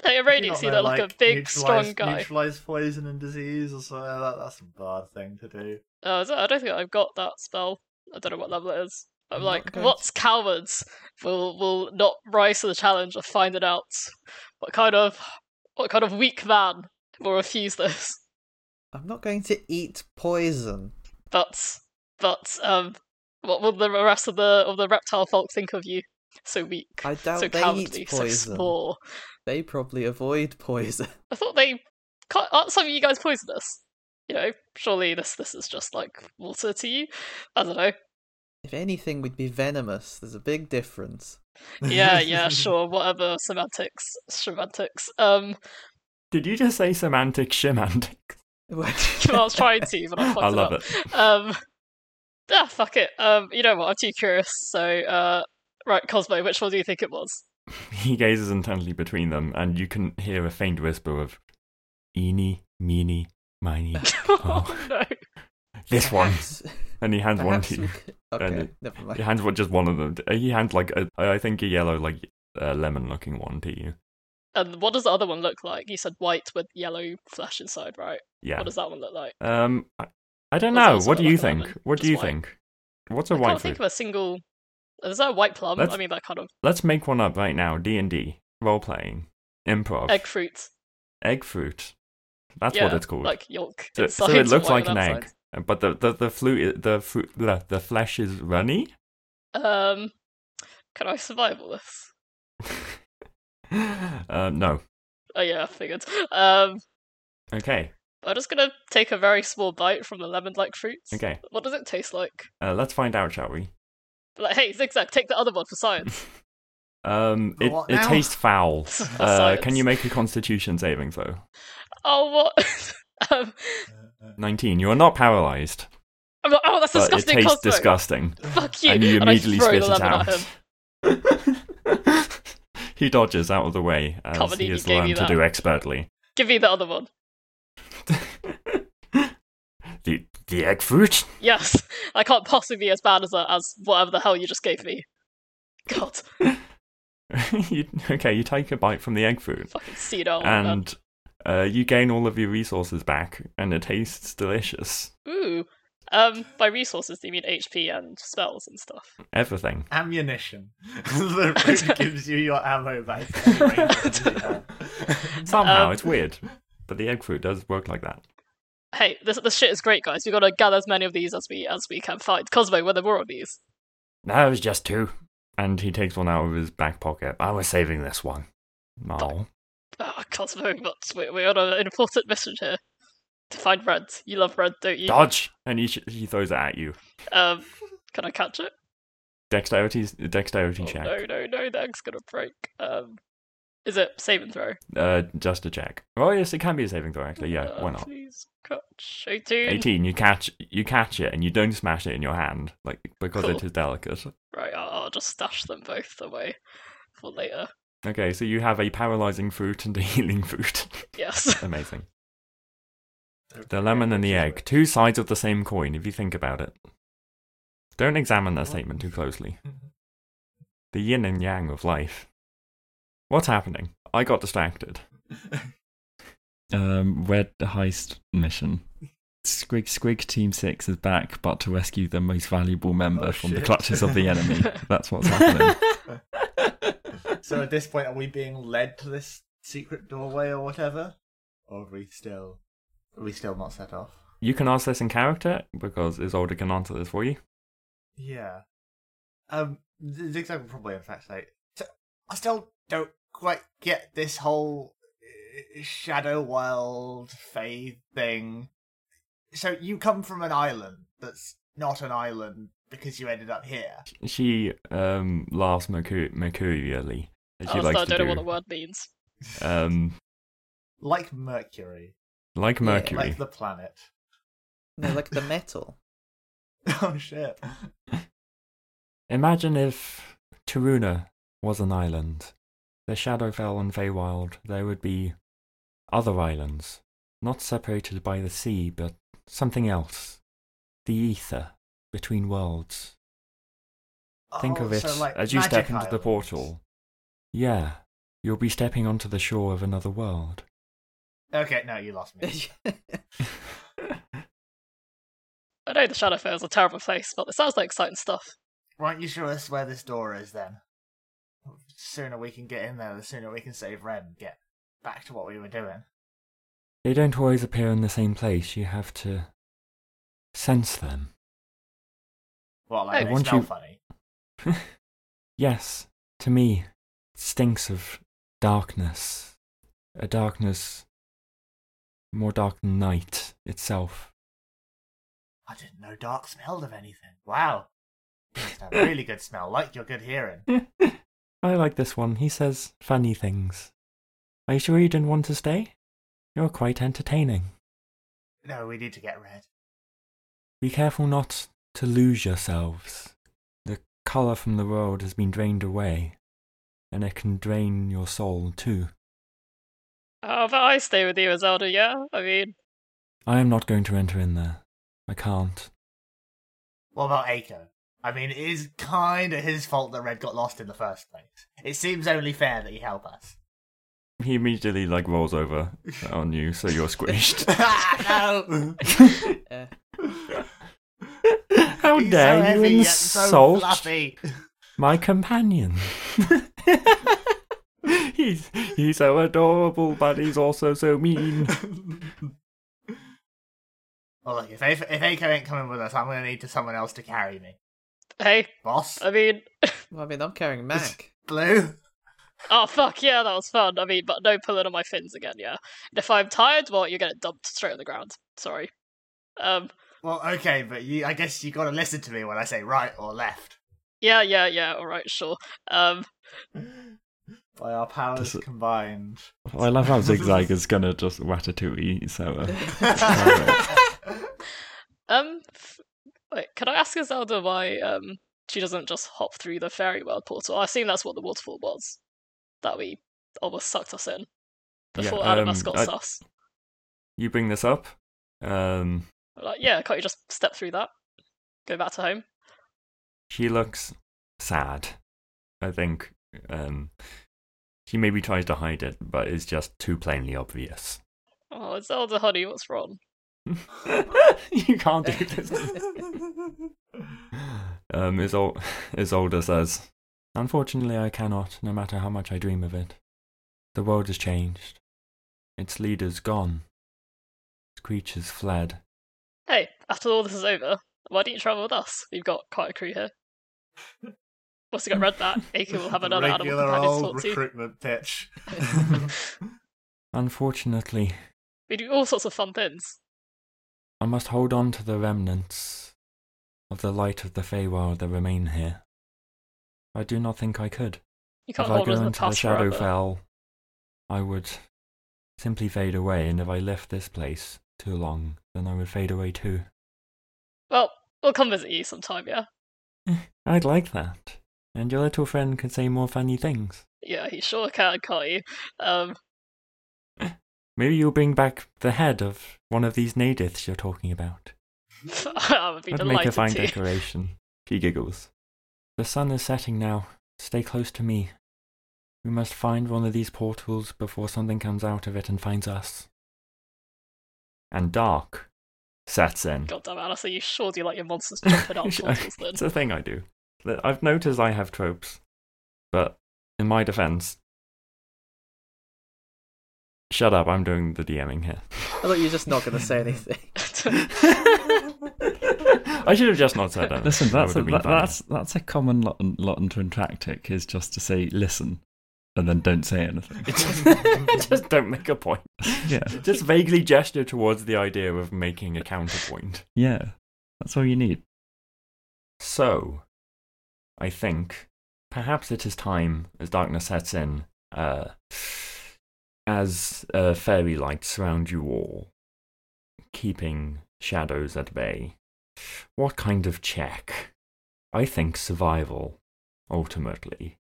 S4: hey, Arrhenius, you
S3: You're not
S4: look like,
S3: gonna,
S4: a big,
S3: neutralize-
S4: strong guy.
S3: Neutralize poison and disease or something like that. That's a bad thing to do.
S4: Uh, I don't think I've got that spell. I don't know what level it is. I'm,
S2: I'm not
S4: like,
S2: going
S4: what's cowards will will not rise to the challenge of finding out what kind of what kind of weak man will refuse this. (laughs)
S2: I'm not going to eat poison.
S4: But but um, what will the rest of the of the reptile folk think of you? So weak,
S2: I doubt
S4: so
S2: they
S4: cowardly,
S2: eat
S4: so
S2: poison.
S4: small.
S2: They probably avoid poison. (laughs)
S4: I thought they can't, aren't some of you guys poisonous? You know, surely this this is just like water to you. I don't know.
S2: If anything, we'd be venomous. There's a big difference. (laughs)
S1: (laughs)
S3: (laughs)
S4: Yeah, yeah, sure, whatever semantics, semantics. Um, (laughs)
S1: Did you just say semantic shimantic?
S4: well, I was trying
S2: (laughs)
S4: to, but I fucked
S1: I love
S4: up.
S1: it.
S4: Um, ah, fuck it. Um, you know what? I'm too curious. So, uh, right, Cosmo, which one do you think it was? (laughs)
S1: He gazes intently between them, and you can hear a faint whisper of, Eeny, meeny, miny,
S4: oh
S1: Oh.
S4: no.
S1: this (laughs) one.
S2: Perhaps-
S1: And he hands one
S2: perhaps
S1: to you.
S2: we could-
S1: And
S2: Okay,
S1: it-
S2: never mind.
S1: He hands what just one of them. He hands like a, I think a yellow, like uh, lemon-looking one to you.
S4: And what does the other one look like? You said white with yellow flesh inside, right?
S1: Yeah.
S4: What does that one look like?
S1: Um, I, I don't
S4: What's
S1: know.
S4: else
S1: What
S4: I
S1: do you
S4: like about
S1: think?
S4: it?
S1: What do
S4: Just
S1: you
S4: white.
S1: think? What's a
S4: I
S1: white
S4: can't
S1: fruit?
S4: think of a single. Is that a white plum?
S1: Let's-
S4: I mean, that kind of
S1: Let's make one up right now. D and D role playing improv
S4: egg fruit.
S1: egg fruit. That's
S4: yeah,
S1: what it's called.
S4: Like yolk.
S1: so, so
S4: inside
S1: it
S4: and
S1: looks
S4: white
S1: like
S4: on
S1: an
S4: the
S1: egg,
S4: outside.
S1: but the the the fruit the fruit the, the flesh is runny. (laughs)
S4: Um, can I survive all this?
S1: uh, no.
S4: Oh yeah, I figured. Um,
S1: Okay.
S4: I'm just gonna take a very small bite from the lemon-like fruits.
S1: Okay.
S4: What does it taste like?
S1: Uh, let's find out, shall we?
S4: Like, hey, zigzag, take the other one
S1: (laughs)
S4: for science.
S1: Um, it,
S3: What
S1: it
S3: now?
S1: tastes
S4: (laughs)
S1: foul.
S4: For
S1: Uh,
S4: science.
S1: can you make a Constitution saving throw?
S4: oh what? (laughs) um,
S1: Nineteen. You are not paralyzed,
S4: I'm like, oh, that's
S1: but it
S4: disgusting.
S1: tastes
S4: Cosmo.
S1: disgusting,
S4: Fuck you!
S1: and you immediately
S4: and I throw
S1: spit
S4: the
S1: it
S4: lemon at
S1: out.
S4: him.
S1: (laughs) he dodges out of the way as
S4: Comedy,
S1: he
S4: you
S1: has
S4: gave me
S1: learned to
S4: that.
S1: do expertly. (laughs)
S4: Give me the other one.
S1: the the egg fruit. (laughs)
S4: Yes, (laughs) I can't possibly be as bad as uh, as whatever the hell you just gave me. God,
S1: you, okay, you take a bite from the egg fruit,
S4: fucking Cedar. And
S1: and uh, you gain all of your resources back, and it tastes delicious.
S4: ooh, um, by resources do you mean HP and spells and stuff?
S1: Everything.
S3: Ammunition. (laughs) the fruit gives you your ammo back.
S1: Somehow,
S4: Um,
S1: it's weird, but the egg fruit does work like that.
S4: Hey, this this shit is great, guys. We gotta gather as many of these as we as we can find. Cosmo, were there more of these?
S1: That was just two. And he takes one out of his back pocket. I was saving this one. No.
S4: Ah, Cosmo, but we, we're on an important mission here to find red. You love red, don't you?
S1: Dodge! And he, sh- he throws it at you.
S4: Um, can I catch it?
S1: Dexterity, dexterity
S4: Oh,
S1: check.
S4: no, no, no, the egg's gonna break. Um, is it save and throw?
S1: Uh, just a check. Oh yes, it can be a saving throw actually. Yeah,
S4: Uh,
S1: why not?
S4: Please catch 18.
S1: Eighteen. You catch you catch it and you don't smash it in your hand, like because it
S4: Cool.
S1: is delicate.
S4: Right, I'll, I'll just stash them both away for later.
S1: Okay, so you have a paralyzing fruit and a healing
S4: (laughs)
S1: fruit.
S4: Yes.
S1: Amazing. The lemon and the egg, two sides of the same coin. If you think about it, don't examine that statement too closely.
S4: Mm-hmm.
S1: The yin and yang of life. What's happening? I got distracted.
S6: Um, red heist mission. Squig Squig Team Six is back, but to rescue the most valuable member
S3: Oh,
S6: from the
S3: shit.
S6: clutches of the enemy. That's what's happening.
S3: So at this point, are we being led to this secret doorway or whatever, or are we still, are we still not set off?
S1: You can ask this in character because Isolde can answer this for you.
S3: Yeah. Um, Z- Zigzag will probably, in fact, say, "So, I still don't quite get this whole uh, shadow world fae thing. So you come from an island that's not an island because you ended up here.
S1: she um laughs mercur- mercurially as she
S4: Oh, I
S1: likes
S4: still
S1: to
S4: don't know
S1: do.
S4: what the word means.
S1: um
S3: Like Mercury.
S1: like mercury
S3: Like the planet. (laughs)
S2: No, like the metal. (laughs)
S3: oh, shit.
S1: imagine if Taruna was an island the shadowfell and feywild there would be other islands not separated by the sea but something else the ether between worlds think
S3: Oh,
S1: of it
S3: so, like,
S1: as you
S3: magic
S1: step into the
S3: islands.
S1: portal yeah you'll be stepping onto the shore of another world
S3: Okay, no, you
S2: (laughs)
S3: lost me.
S4: I know the Shadowfair is a terrible place, but it sounds like exciting stuff.
S3: Why don't you show us where this door is then? The sooner we can get in there, the sooner we can save Ren and get back to what we were doing.
S1: They don't always appear in the same place. You have to sense them.
S3: Well, like
S4: Hey,
S3: they
S1: won't
S3: smell
S1: you-
S3: funny.
S1: Yes, to me, it stinks of darkness. A darkness more dark than night itself.
S3: I didn't know dark smelled of anything. Wow. It's a really good smell, like your good hearing.
S1: I like this one. He says funny things. Are you sure you didn't want to stay? You're quite entertaining.
S3: No, we need to get red.
S1: Be careful not to lose yourselves. The colour from the world has been drained away, and it can drain your soul too.
S4: Oh, but I stay with you, Zelda, yeah? I mean,
S1: I am not going to enter in there. I can't.
S3: What about Aiko? I mean, it is kind of his fault that Red got lost in the first place. It seems only fair that he help us. (laughs)
S1: he immediately like rolls over on you, so you're
S3: (laughs)
S1: squished.
S2: no. Uh,
S1: How
S3: He's so
S1: dare
S3: heavy
S1: you
S3: yet so
S1: insult
S3: fluffy.
S1: my
S3: (laughs)
S1: companion? he's he's so adorable, but he's also so
S4: (laughs)
S1: mean.
S3: Well, look, if, if, if Aiko ain't coming with us, I'm going to need to someone else to carry me.
S4: Hey,
S3: Boss?
S4: I mean,
S2: well, I mean, I'm
S1: (laughs)
S2: carrying Mac.
S3: Blue?
S4: oh fuck yeah, that was fun. I mean, but no pulling on my fins again, yeah. If I'm tired, well, you're getting dumped straight on the ground. Sorry. Um,
S3: Well, okay, but you, I guess you got to listen to me when I say right or left.
S4: yeah, yeah, yeah. All right, sure. Um,
S3: By our powers
S6: Does it-
S3: combined.
S6: I love how Zigzag is gonna just ratatouille uh, Sarah.
S3: (laughs)
S4: um, f- wait, can I ask Zelda why um she doesn't just hop through the fairy world portal? I assume that's what the waterfall was that we almost sucked us in
S1: Yeah,
S4: before Animus
S1: um,
S4: got
S1: I-
S4: sus.
S1: You bring this up. Um,
S4: Like, yeah, can't you just step through that? Go back to home.
S1: she looks sad. I think um, she maybe tries to hide it, but it's just too plainly obvious.
S4: Oh, it's Zelda, honey, what's wrong?
S1: (laughs) you can't
S3: (laughs)
S1: do
S2: (laughs)
S1: this. (laughs) um, Isol- Isolda says, Unfortunately, I cannot, no matter how much I dream of it. The world has changed. Its leaders gone. Its creatures fled.
S4: Hey, after all this is over, why don't you travel with us? We've got quite a crew here. Once we got
S1: (laughs)
S4: red back, Aki will have another animal
S3: Regular
S4: companion to
S3: old
S4: talk to.
S3: recruitment
S4: (laughs)
S3: pitch.
S1: Unfortunately,
S4: We do all sorts of fun things.
S1: I must hold on to the remnants of the light of the Feywild that remain here. I do not think I could.
S4: You
S1: If
S4: can't
S1: I
S4: hold
S1: go
S4: us in
S1: into
S4: the
S1: the
S4: past forever.
S1: Shadowfell, I would simply fade away, and if I left this place too long, then I would fade away too.
S4: Well, we'll come visit you sometime, yeah?
S1: I'd like that. And your little friend could say more funny things.
S4: Yeah, he sure can, can't you? Um, (laughs)
S1: Maybe you'll bring back the head of one of these nadiths you're talking about.
S4: I would be
S1: I'd make a
S4: delighted
S1: fine
S4: to.
S1: decoration. She giggles. The sun is setting now. Stay close to me. We must find one of these portals before something comes out of it and finds us. And dark sets in.
S4: (laughs) God damn, Alice, you sure do like your monsters
S1: (laughs)
S4: jumping up portals then? (laughs)
S1: it's a thing I do. That- I've noticed I have tropes, but in my defense, shut up! I'm doing the DMing here.
S2: I thought you were just not going to say anything.
S1: (laughs) I should have just not said that.
S6: (laughs) Listen, that's a,
S1: would have been
S6: that,
S1: funnier.
S6: that's that's a common Lotton, Lotton Twin tactic is just to say listen, and then don't say anything.
S1: (laughs) just don't make a point.
S6: Yeah,
S1: Just vaguely gesture towards the idea of making a counterpoint.
S6: yeah, that's all you need.
S1: So, I think perhaps it is time, as darkness sets in, uh, as uh, fairy lights surround you all, keeping shadows at bay. What kind of check? I think survival, ultimately,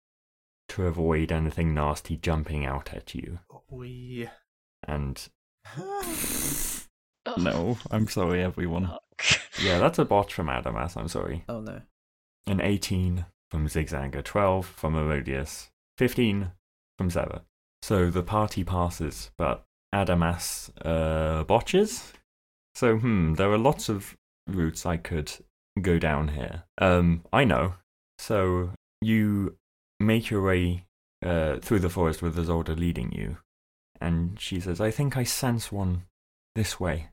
S1: to avoid anything nasty jumping out at you.
S6: (laughs)
S3: we.
S1: And
S4: Ugh,
S6: No, I'm sorry, everyone.
S4: fuck. (laughs)
S1: yeah, that's a bot from Adamas, I'm sorry.
S2: Oh no.
S1: an 18 from Zigzag, a 12 from Erodius, 15 from Zeva. So the party passes, but Adamas uh, botches. So, hmm, there are lots of routes I could go down here. Um, I know. So you make your way uh, through the forest with Isolde leading you. And she says, I think I sense one this way.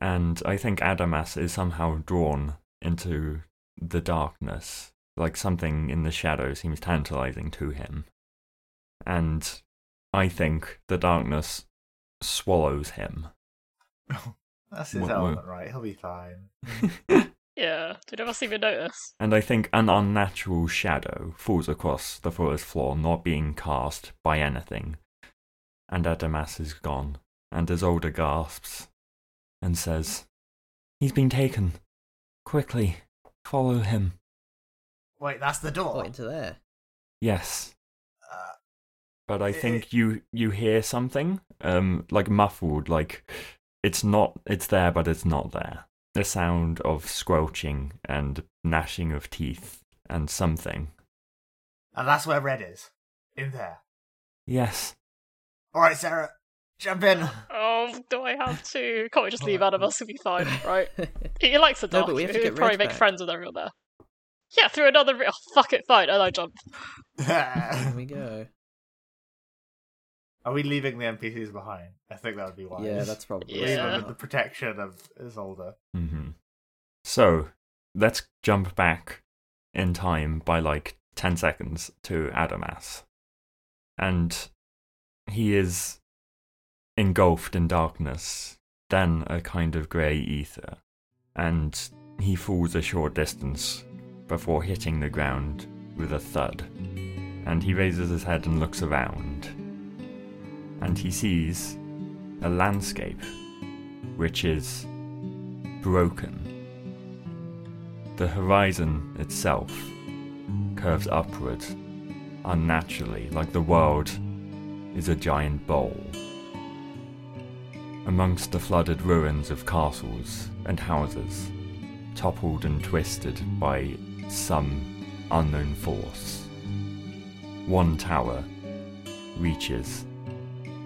S1: And I think Adamas is somehow drawn into the darkness, like something in the shadow seems tantalizing to him. And I think the darkness swallows him.
S3: That's his
S1: What- what-
S3: element, right? He'll be fine.
S4: Yeah, did anyone even notice?
S1: and I think an unnatural shadow falls across the forest floor, not being cast by anything. And Adamas is gone, and Isolde gasps and says, He's been taken. Quickly, follow him.
S3: Wait, that's the door.
S2: What into there?
S1: Yes,
S3: Uh,
S1: but I
S3: It-
S1: think
S3: it-
S1: you you hear something, um, like muffled, like it's not it's there, but it's not there. The sound of squelching and gnashing of teeth and something.
S3: and that's where Red is. In there.
S1: Yes,
S3: All right, Sarah, jump in.
S4: Oh, do I have to? Can't we just leave
S3: Alright.
S4: Animus and be
S2: (laughs)
S4: fine, right? He likes the
S2: No,
S4: dark.
S2: but we have to
S4: He'll
S2: get
S4: probably
S2: Red
S4: make
S2: back.
S4: friends with everyone there. Yeah, through another. Re- oh, fuck it, fine. And I jump.
S2: There we go.
S3: Are we leaving the NPCs behind? I think that would be wise.
S2: Yeah, that's probably
S3: leave them
S4: Yeah.
S3: with the protection of Isolde.
S6: Mm-hmm.
S1: So let's jump back in time by like 10 seconds to Adamas. And he is engulfed in darkness, then a kind of grey ether. And he falls a short distance before hitting the ground with a thud. And he raises his head and looks around. And he sees a landscape which is broken. The horizon itself curves upward, unnaturally, like the world is a giant bowl. Amongst the flooded ruins of castles and houses, toppled and twisted by some unknown force, one tower reaches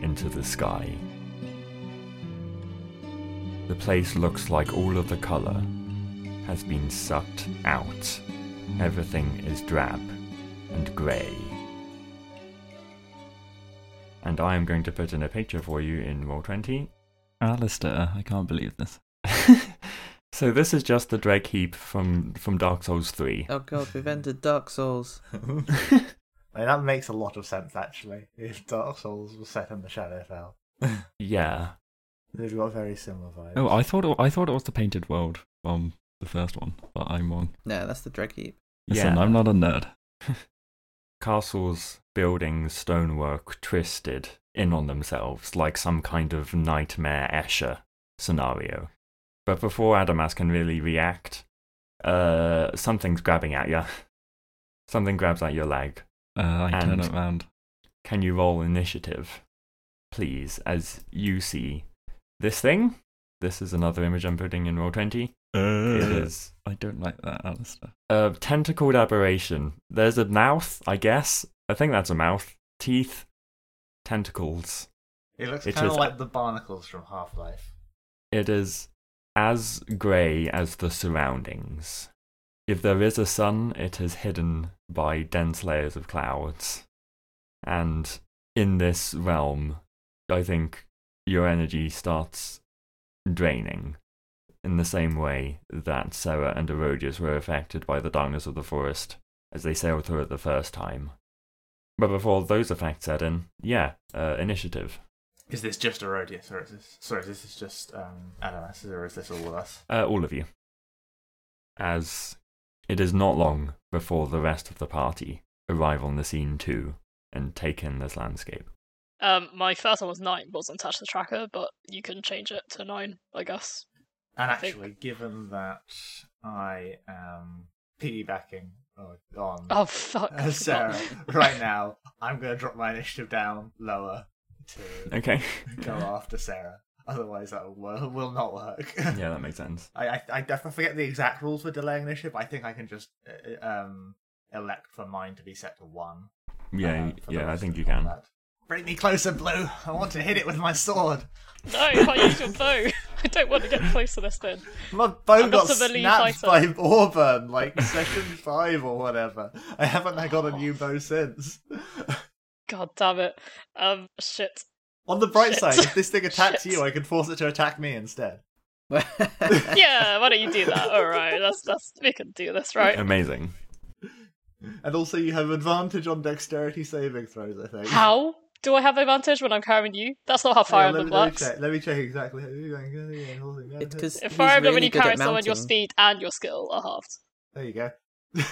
S1: into the sky. The place looks like all of the colour has been sucked out. Everything is drab and grey. And I am going to put in a picture for you in roll 20.
S6: Alistair, I can't believe this.
S1: (laughs) so this is just the drag heap from from Dark Souls 3.
S2: Oh god, we've ended Dark Souls.
S3: Like, that makes a lot of sense, actually. If Dark Souls was set in the Shadowfell,
S1: Yeah.
S3: they've got very similar vibes.
S6: Oh, I thought it, I thought it was the painted world from the first one, but I'm wrong.
S2: No, that's the drag heap. (laughs)
S6: Listen,
S1: Yeah.
S6: I'm not a nerd.
S1: Castles, buildings, stonework twisted in on themselves like some kind of nightmare Escher scenario. But before Adamas can really react, uh, something's grabbing at you. (laughs) Something grabs at your leg.
S6: Uh, I turn
S1: And-
S6: it round.
S1: Can you roll initiative, please, as you see this thing? This is another image I'm putting in roll 20. It
S6: Uh-huh.
S1: is
S6: I don't like that, Alistair.
S1: a tentacled aberration. There's a mouth, I guess. I think that's a mouth. Teeth, tentacles.
S3: it looks
S1: it
S3: kind of
S1: is-
S3: like the barnacles from Half Life.
S1: It is as grey as the surroundings. If there is a sun, it is hidden by dense layers of clouds. And in this realm, I think your energy starts draining in the same way that Sarah and Erodius were affected by the darkness of the forest as they sailed through it the first time. But before those effects set in, yeah, uh, initiative.
S3: Is this just Erodius, or is this sorry? Is this just um, Adamas, or is this all of us?
S1: Uh, all of you. As it is not long before the rest of the party arrive on the scene too and take in this landscape.
S4: Um, my first one was nine, wasn't attached to the tracker, but you can change it to nine, I guess.
S3: And
S4: I think-
S3: actually, given that I am piggybacking uh, on
S4: Oh fuck!
S3: (laughs)
S4: I
S3: uh,
S4: (laughs)
S3: Sarah
S4: forgot.
S3: right now, I'm going to drop my initiative down lower to (laughs)
S1: Okay.
S3: go after Sarah. Otherwise, that will, will not work.
S1: yeah, that makes sense.
S3: (laughs) I, I, I def- I forget the exact rules for delaying initiative. I think I can just uh, um, elect for mine to be set to one.
S1: Yeah,
S3: uh, for the
S1: yeah, I
S3: rest
S1: think
S3: of
S1: you
S3: the
S1: can.
S3: combat. Bring me closer, Blue. I want to hit it with my sword.
S4: No, if
S2: (laughs)
S4: I use your bow, (laughs) I don't want to get close to this thing.
S3: My bow
S4: I'm
S3: got
S4: not a melee
S3: snapped by
S4: fighter.
S3: Auburn, like session (laughs) five or whatever. I haven't got a new bow since.
S4: God damn it! Um, shit.
S3: On the bright
S4: Shit.
S3: side, if this thing attacks
S4: (laughs) Shit.
S3: you, I can force it to attack me instead.
S4: Yeah, why don't you do that? All right, that's that's we can do
S2: (laughs)
S4: this, right?
S1: Amazing.
S3: And also, you have advantage on dexterity saving throws. I think.
S4: How do I have advantage when I'm carrying you? That's not how
S3: Hang
S4: Fire
S3: on, let,
S4: Emblem
S3: me, let me
S4: works.
S3: check. Let me check exactly. how-
S2: It's because
S4: If Fire Emblem,
S2: really
S4: when you
S2: good at
S4: carry someone, your
S2: mounting.
S4: speed and your skill are halved.
S3: There you go. (laughs)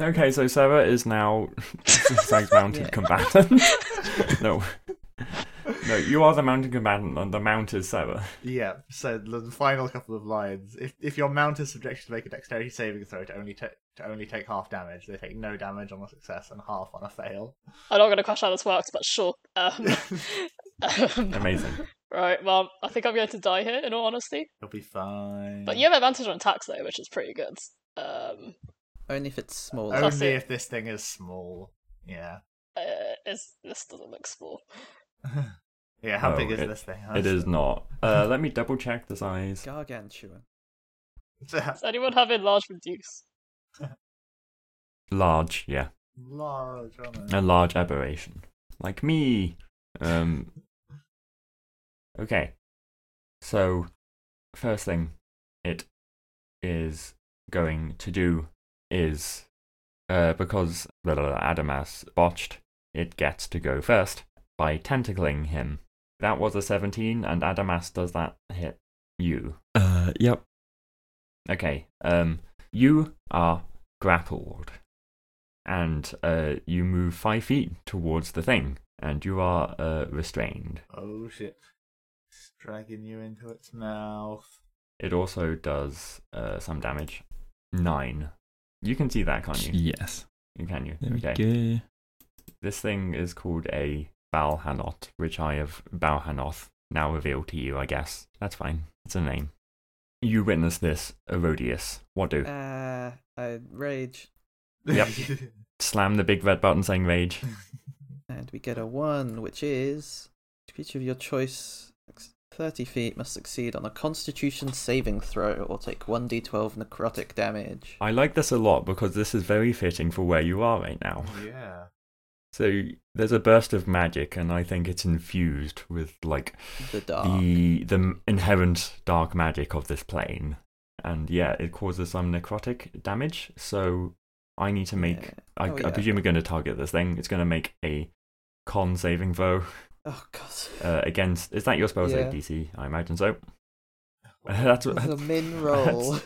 S1: Okay, so Sarah is
S3: (laughs)
S1: now Zigzag's mounted
S2: Yeah.
S1: combatant. no. No, you are the mounted combatant and the mount is Sarah.
S3: yeah. So the final couple of lines. If if your mount is subjected to make a dexterity saving throw to only ta- to only take half damage, they take no damage on a success and half on a fail. (laughs)
S4: I'm not going to question how this works, but sure. Um, (laughs)
S3: (laughs)
S4: um,
S1: Amazing.
S4: right, well, I think I'm going to die here, in all honesty.
S3: You'll be fine.
S4: But you have advantage on attacks, though, which is pretty good. Um,
S2: Only if it's smaller.
S1: Oh.
S4: That's
S3: only
S4: it.
S3: if this thing is small. Yeah. (laughs)
S4: uh, it's, this doesn't look small.
S3: yeah, how
S1: Oh,
S3: big is
S1: it-
S3: this thing?
S1: It is
S3: (laughs)
S1: not. Uh, let me double check the size.
S2: Gargantuan.
S4: Does anyone have enlargement use?
S1: Large, yeah.
S3: large. isn't it?
S1: A large aberration. Like me. Um. Okay. So, first thing it is going to do is, uh, because blah, blah, blah, Adamas botched, it gets to go first by tentacling him. That was a 17, and Adamas does that hit you.
S6: Uh, yep.
S1: Okay. Um, you are grappled, and uh, you move five feet towards the thing, and you are uh, restrained.
S3: Oh shit! It's dragging you into its mouth.
S1: It also does uh, some damage. Nine. You can see that, can't you?
S6: Yes.
S1: Can you?
S6: There we
S1: okay.
S6: go.
S1: This thing is called a Balhanot, which I have Balhanoth now revealed to you. I guess that's fine. It's a name. You witness this, Erodius. What do?
S2: Uh, I rage,
S1: Yep. Slam the big red button saying rage.
S2: and we get a one, which is creature of your choice. ex- Thirty feet must succeed on a Constitution saving throw or take one d12 necrotic damage.
S1: I like this a lot because this is very fitting for where you are right now.
S3: (laughs) yeah.
S1: So there's a burst of magic, and I think it's infused with like
S2: The dark.
S1: the
S2: Um,
S1: the inherent dark magic of this plane. And yeah, it causes some necrotic damage. So I need to make.
S2: Yeah.
S1: I,
S2: Oh,
S1: I
S2: yeah.
S1: presume we're going to target this thing. It's going to make a con saving throw
S2: Oh god.
S1: uh, against. Is that your spell
S2: Yeah.
S1: save DC? I imagine so. (laughs) that's what.
S2: There's a min roll.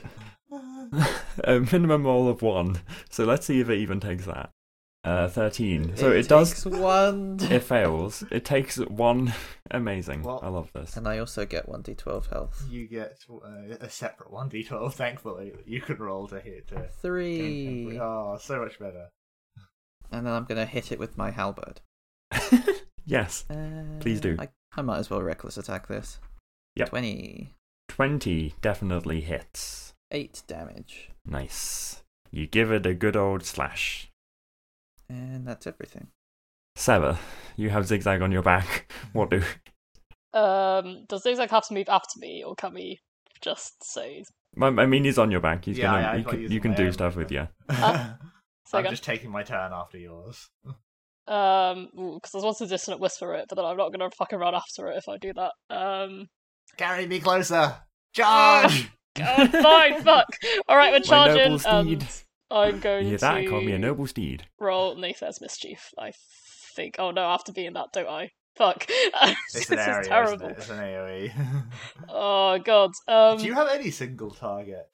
S1: (laughs) a minimum roll of one. So let's see if it even takes that. Uh, 13. So it,
S2: takes (laughs)
S1: does.
S2: one.
S1: It fails. It takes one. (laughs) Amazing.
S3: What?
S1: I love this.
S2: And I also get one d12 health.
S3: You get uh, a separate one d12, (laughs) thankfully, that you can roll to hit. To
S2: Three.
S3: Oh, so much better.
S2: And then I'm gonna hit it with my halberd.
S1: (laughs) yes.
S2: Uh,
S1: Please do.
S2: I, I might as well reckless attack this.
S1: Yep.
S2: 20.
S1: 20 definitely hits.
S2: 8 damage.
S1: Nice. You give it a good old slash.
S2: And
S1: (laughs)
S2: that's everything.
S1: Sarah, you have zigzag on your back. (laughs) What do?
S4: Um, does Zigzag have to move after me, or can we just say?
S1: I I mean, he's on your back. He's
S3: Yeah,
S1: gonna.
S3: I- I
S1: you
S3: thought he
S1: can,
S3: was
S1: you can
S3: my
S1: do
S3: own.
S1: stuff with you.
S4: Uh,
S3: (laughs) I'm
S4: Zigzag-
S3: just taking my turn after yours.
S4: Um, because I was wanting to dissonant whisper it, but then I'm not gonna fucking run after it if I do that. Um,
S3: Carry me closer.
S4: (laughs)
S3: Charge!
S4: God, fine, fuck. All right, we're
S1: My noble
S4: charging, um, and
S1: steed.
S4: I'm going
S1: Yeah,
S4: to
S1: that called me a noble steed.
S4: roll Nathan's mischief. I think. Oh no, I have to be in that, don't I? Fuck. (laughs)
S3: It's
S4: this
S3: an
S4: is
S3: area,
S4: terrible.
S3: Isn't it? It's an
S4: (laughs)
S3: AOE.
S4: Oh god. Um,
S3: Do you have any single target?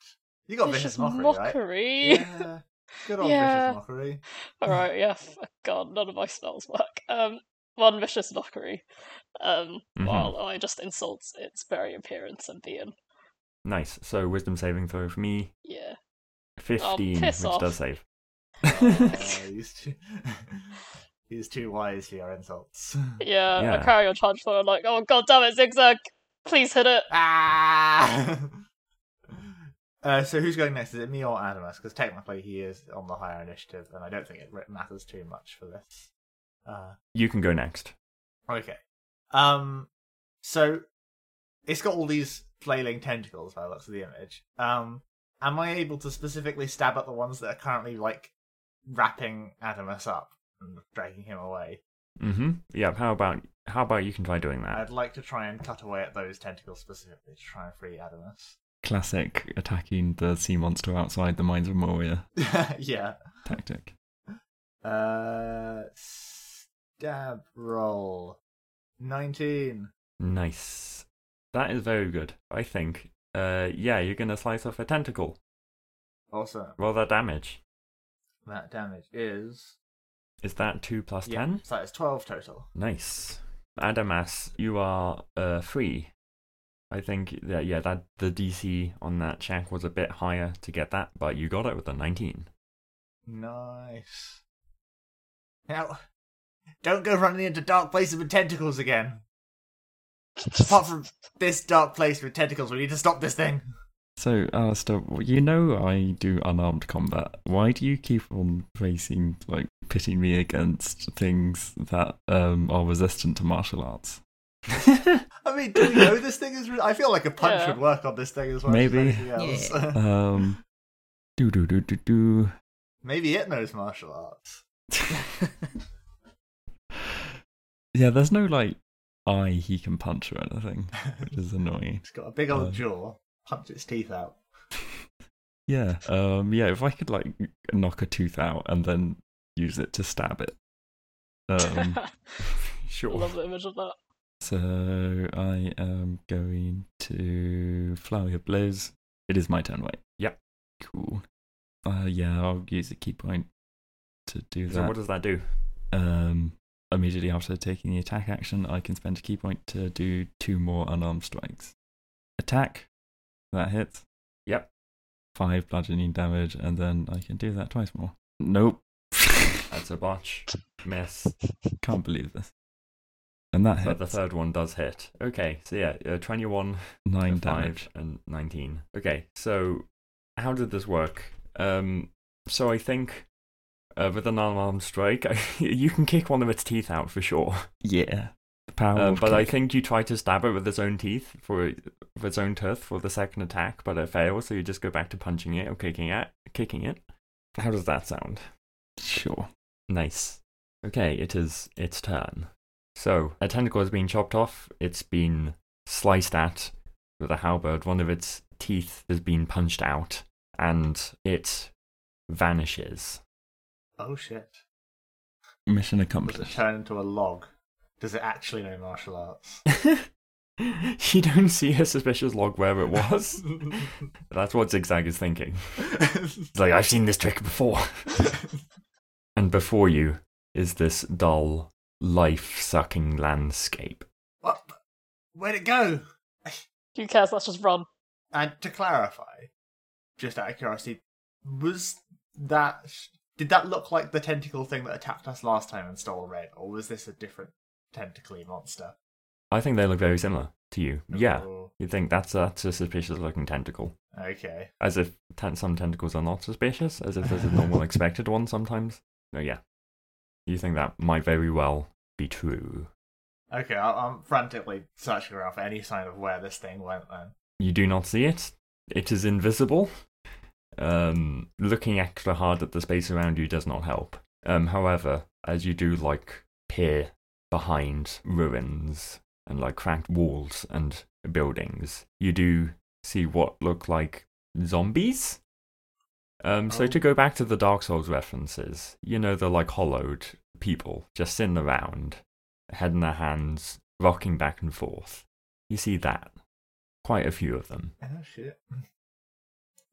S3: You got
S4: vicious
S3: vicious mockery, right?
S4: mockery.
S3: Yeah. Good old
S4: Yeah.
S3: vicious mockery.
S4: (laughs) All right, yeah. f- God, none of my spells work. Um, one vicious mockery. Um,
S1: Mhm.
S4: while I just insult its very appearance and being.
S1: Nice. So wisdom saving throw for me.
S4: Yeah.
S1: 15,
S4: piss
S1: which
S4: off.
S1: does save.
S3: Uh, he's, too... (laughs) he's too wise for your
S4: (laughs)
S3: insults.
S4: Yeah, I
S1: Yeah.
S4: carry on charge forward like, oh god damn it, zigzag, please hit it.
S3: Ah! (laughs) uh, so who's going next? Is it me or Animus? Because technically he is on the higher initiative, and I don't think it re- matters too much for this. Uh,
S1: (laughs) You can go next.
S3: okay. Um, so it's got all these flailing tentacles by the looks of the image. Um, am I able to specifically stab at the ones that are currently like wrapping Animus up and dragging him away?
S1: Mm-hmm. Yeah. How about how about you can try doing that?
S3: I'd like to try and cut away at those tentacles specifically to try and free Animus.
S6: Classic attacking the sea monster outside the mines of Moria
S3: (laughs) yeah.
S6: tactic.
S3: Uh, stab roll. 19.
S1: Nice. That is very good. I think. Uh, yeah, you're gonna slice off a tentacle.
S3: Awesome.
S1: Roll that damage.
S3: That damage is.
S1: Is that two plus
S3: yeah,
S1: ten?
S3: So that is 12 total.
S1: Nice. Adamas, you are uh free. I think that yeah that the DC on that check was a bit higher to get that, but you got it with a 19.
S3: Nice. Now, don't go running into dark places with tentacles again. Apart from this dark place with tentacles, we need to stop this thing.
S6: So, Alistair, you know I do unarmed combat. Why do you keep on facing, like, pitting me against things that um, are resistant to martial (laughs) arts?
S3: I mean, do we know this thing is? Re- I feel like a punch
S4: Yeah.
S3: would work on this thing as well.
S6: Maybe.
S3: As anything else.
S6: Um, do do do do do.
S3: (laughs) Maybe it knows martial arts. (laughs)
S6: Yeah, there's no like eye he can punch or anything, which is annoying.
S3: It's got a big old
S6: Uh.
S3: jaw. Punch its teeth out.
S6: Yeah, um, yeah. If I could like knock a tooth out and then use it to stab it.
S1: Mm.
S4: (laughs)
S6: Um,
S1: Sure.
S4: Love the image of that.
S6: so I am going to flower your blows. It is my turn, right?
S1: Yep.
S6: Cool. Uh, yeah, I'll use a key point to do that.
S1: So what does that do?
S6: Um, immediately after taking the attack action, I can spend a key point to do two more unarmed strikes. Attack, that hits.
S1: Yep.
S6: Five bludgeoning damage, and then I can do that twice more. Nope,
S1: That's a botch. Miss.
S6: can't believe this. And that
S1: But the
S6: hits
S1: third one does hit. Okay, so yeah, uh, 21,
S6: nine
S1: a
S6: damage.
S1: 5, and 19. Okay, so how did this work? Um, so I think uh, with an unarmed strike, (laughs) you can kick one of its teeth out for sure.
S6: Yeah, the power.
S1: Um,
S6: of
S1: but I
S6: kick.
S1: think you try to stab it with its own teeth for for its own tooth for the second attack, but it fails. So you just go back to punching it or kicking it. Kicking it. How does that sound?
S6: sure.
S1: Nice. Okay, it is its turn. So a tentacle has been chopped off. It's been sliced at with a halberd. One of its teeth has been punched out, and it vanishes. (laughs)
S3: Oh shit!
S6: Mission
S3: Does it
S6: accomplished.
S3: turn into a log? Does it actually know martial arts? (laughs)
S1: you don't see a suspicious log where it
S3: (laughs)
S1: was. That's what Zigzag is thinking. It's like, I've seen this trick before. (laughs) and before you is this dull, life sucking landscape.
S3: what? Where'd it go?
S4: Who cares? Let's just run.
S3: And to clarify, just out of curiosity, was that did that look like the tentacle thing that attacked us last time and stole red, or was this a different tentacly monster?
S1: I think they look very similar to you. Yeah.
S3: Ooh,
S1: You'd think that's a, that's a suspicious looking tentacle.
S3: okay.
S1: As if ten- some tentacles are not suspicious, as if there's a normal expected one sometimes. No, yeah. You think that might very well be true.
S3: Okay, I- I'm frantically searching around for any sign of where this thing went then.
S1: You do not see it. It is invisible. Um, looking extra hard at the space around you does not help. Um, however, as you do like peer behind ruins and like cracked walls and buildings, you do see what look like zombies. Um, so
S3: Oh.
S1: to go back to the Dark Souls references, you know the like hollowed people just sitting around, head in their hands, rocking back and forth. You see that quite a few of them.
S3: Oh shit. (laughs)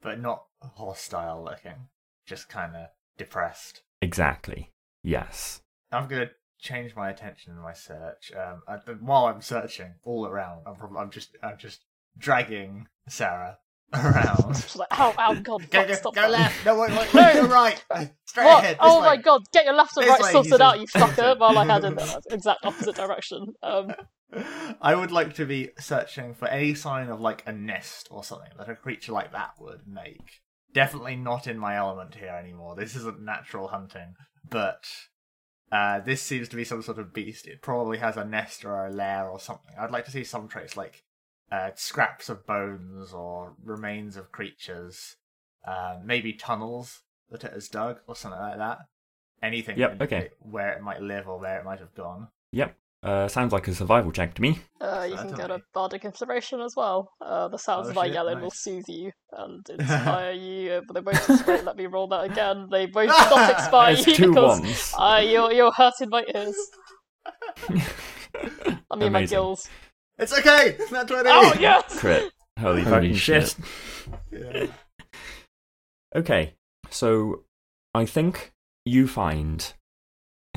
S3: But not hostile looking. Just kinda depressed.
S1: Exactly. Yes.
S3: I'm gonna change my attention in my search. Um, I, but while I'm searching all around, I'm, prob- I'm just I'm just dragging Sarah (laughs) around.
S4: She's like, oh, oh
S3: (laughs)
S4: god,
S3: go
S4: fuck,
S3: go,
S4: stop
S3: go
S4: that.
S3: left. No, wait, wait,
S4: No.
S3: no,
S4: (laughs)
S3: right. Straight
S4: What?
S3: ahead. This
S4: oh my
S3: way.
S4: god, get your left and
S3: This
S4: right
S3: way,
S4: sorted
S3: Jesus. (laughs)
S4: out, you fucker, while I had in the exact opposite direction. Um,
S3: I would like to be searching for any sign of like a nest or something that a creature like that would make. Definitely not in my element here anymore. This isn't natural hunting, but uh, this seems to be some sort of beast. It probably has a nest or a lair or something. I'd like to see some trace like uh, scraps of bones or remains of creatures, uh, maybe tunnels that it has dug or something like that. Anything
S1: Yep,
S3: to
S1: okay.
S3: indicate where it might live or where it might have gone.
S1: Yep. Uh, sounds like a survival check
S4: (laughs)
S1: to me.
S4: uh, you can get a
S3: Certainly.
S4: bardic inspiration as well. Uh, the sounds
S3: Oh
S4: of my
S3: shit,
S4: yelling will
S3: nice.
S4: soothe you
S3: (laughs)
S4: and inspire you, uh, but they won't inspire, let me roll that again. They
S3: (laughs)
S4: won't not inspire
S1: There's
S4: you
S1: two
S4: because (laughs)
S1: ones.
S4: uh, you're, you're hurting my ears. I mean, my
S1: Amazing.
S4: gills.
S3: It's okay. (laughs) It's not twenty.
S4: Oh, yes! (laughs)
S1: Crit. Holy,
S6: Holy
S1: fucking shit.
S6: shit.
S3: Yeah.
S1: Okay. So I think you find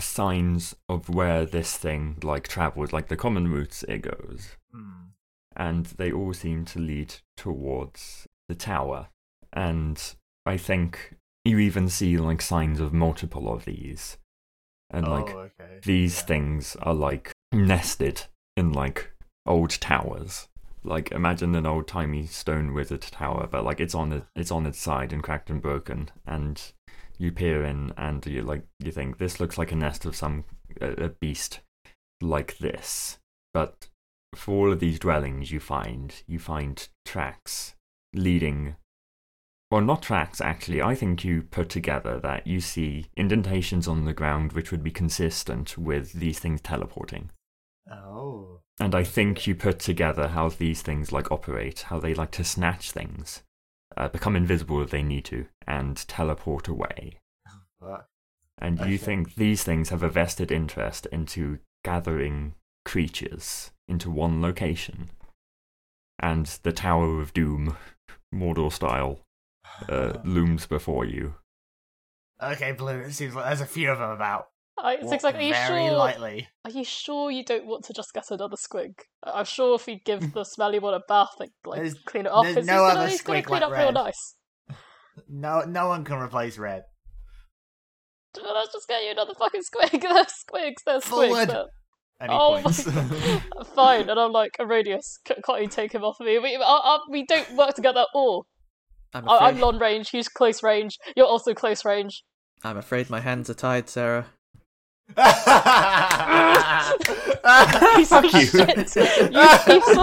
S1: signs of where this thing like travels, like the common routes it goes.
S3: Hmm.
S1: and they all seem to lead towards the tower. And I think you even see like signs of multiple of these. And like
S3: oh, okay.
S1: these
S3: Yeah.
S1: things are like nested in like old towers. like imagine an old timey stone wizard tower, but like it's on it, it's on its side and cracked and broken, and you peer in and you like you think this looks like a nest of some a, a beast like this, but for all of these dwellings you find you find tracks leading. Well, not tracks actually. I think you put together that you see indentations on the ground which would be consistent with these things teleporting
S3: Oh.
S1: and I think you put together how these things like operate, how they like to snatch things, uh, become invisible if they need to, and teleport away.
S3: But
S1: And you
S3: Okay.
S1: think these things have a vested interest into gathering creatures into one location, and the Tower of Doom, Mordor style, uh, looms before you.
S3: okay, Blue. It seems like there's a few of them about.
S4: I,
S3: Walk
S4: Zigzag, are you
S3: very
S4: sure?
S3: lightly.
S4: Are you sure you don't want to just get another squig? I- I'm sure if we give the smelly one a bath and like
S3: There's-
S4: clean it off,
S3: there's
S4: he's,
S3: no
S4: gonna,
S3: other
S4: he's gonna
S3: squig
S4: clean
S3: like
S4: up real
S3: Red.
S4: nice.
S3: No, no one can replace Red.
S4: Let's just get you another fucking (laughs) squig. There's squigs. There's
S3: Forward.
S4: squigs. there-
S3: Any
S4: Oh my
S3: points?
S4: Fine. And I'm like, Erodius, c- can't you take him off of me? We, uh, uh, we don't work together at all.
S2: I'm
S4: I- I'm
S2: afraid,
S4: long range. He's close range. You're also close range.
S2: I'm afraid my hands are tied, Sarah.
S3: (laughs)
S4: (laughs) Piece of
S1: Fuck you.
S4: shit. You piece of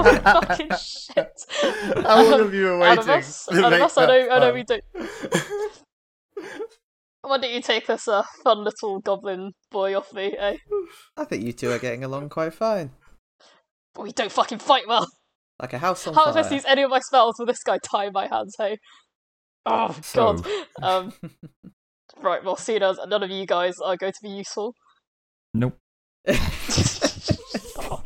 S4: fucking shit.
S3: (laughs) How long have you been
S4: Out
S3: waiting?
S4: of us,
S3: to
S4: out of
S3: make
S4: us I
S3: that
S4: know, I know
S3: fun?
S4: we don't.
S3: (laughs)
S4: Why don't you take this uh, fun little goblin boy off me, eh?
S2: I think you two are getting along quite fine.
S4: But we don't fucking fight well.
S2: Like a house on
S4: How
S2: fire.
S4: if I use any of my spells will this guy tie my hands, hey? Oh
S1: So-
S4: god. Um Right, well seeing as none of you guys are going to be useful.
S6: Nope.
S4: Oh,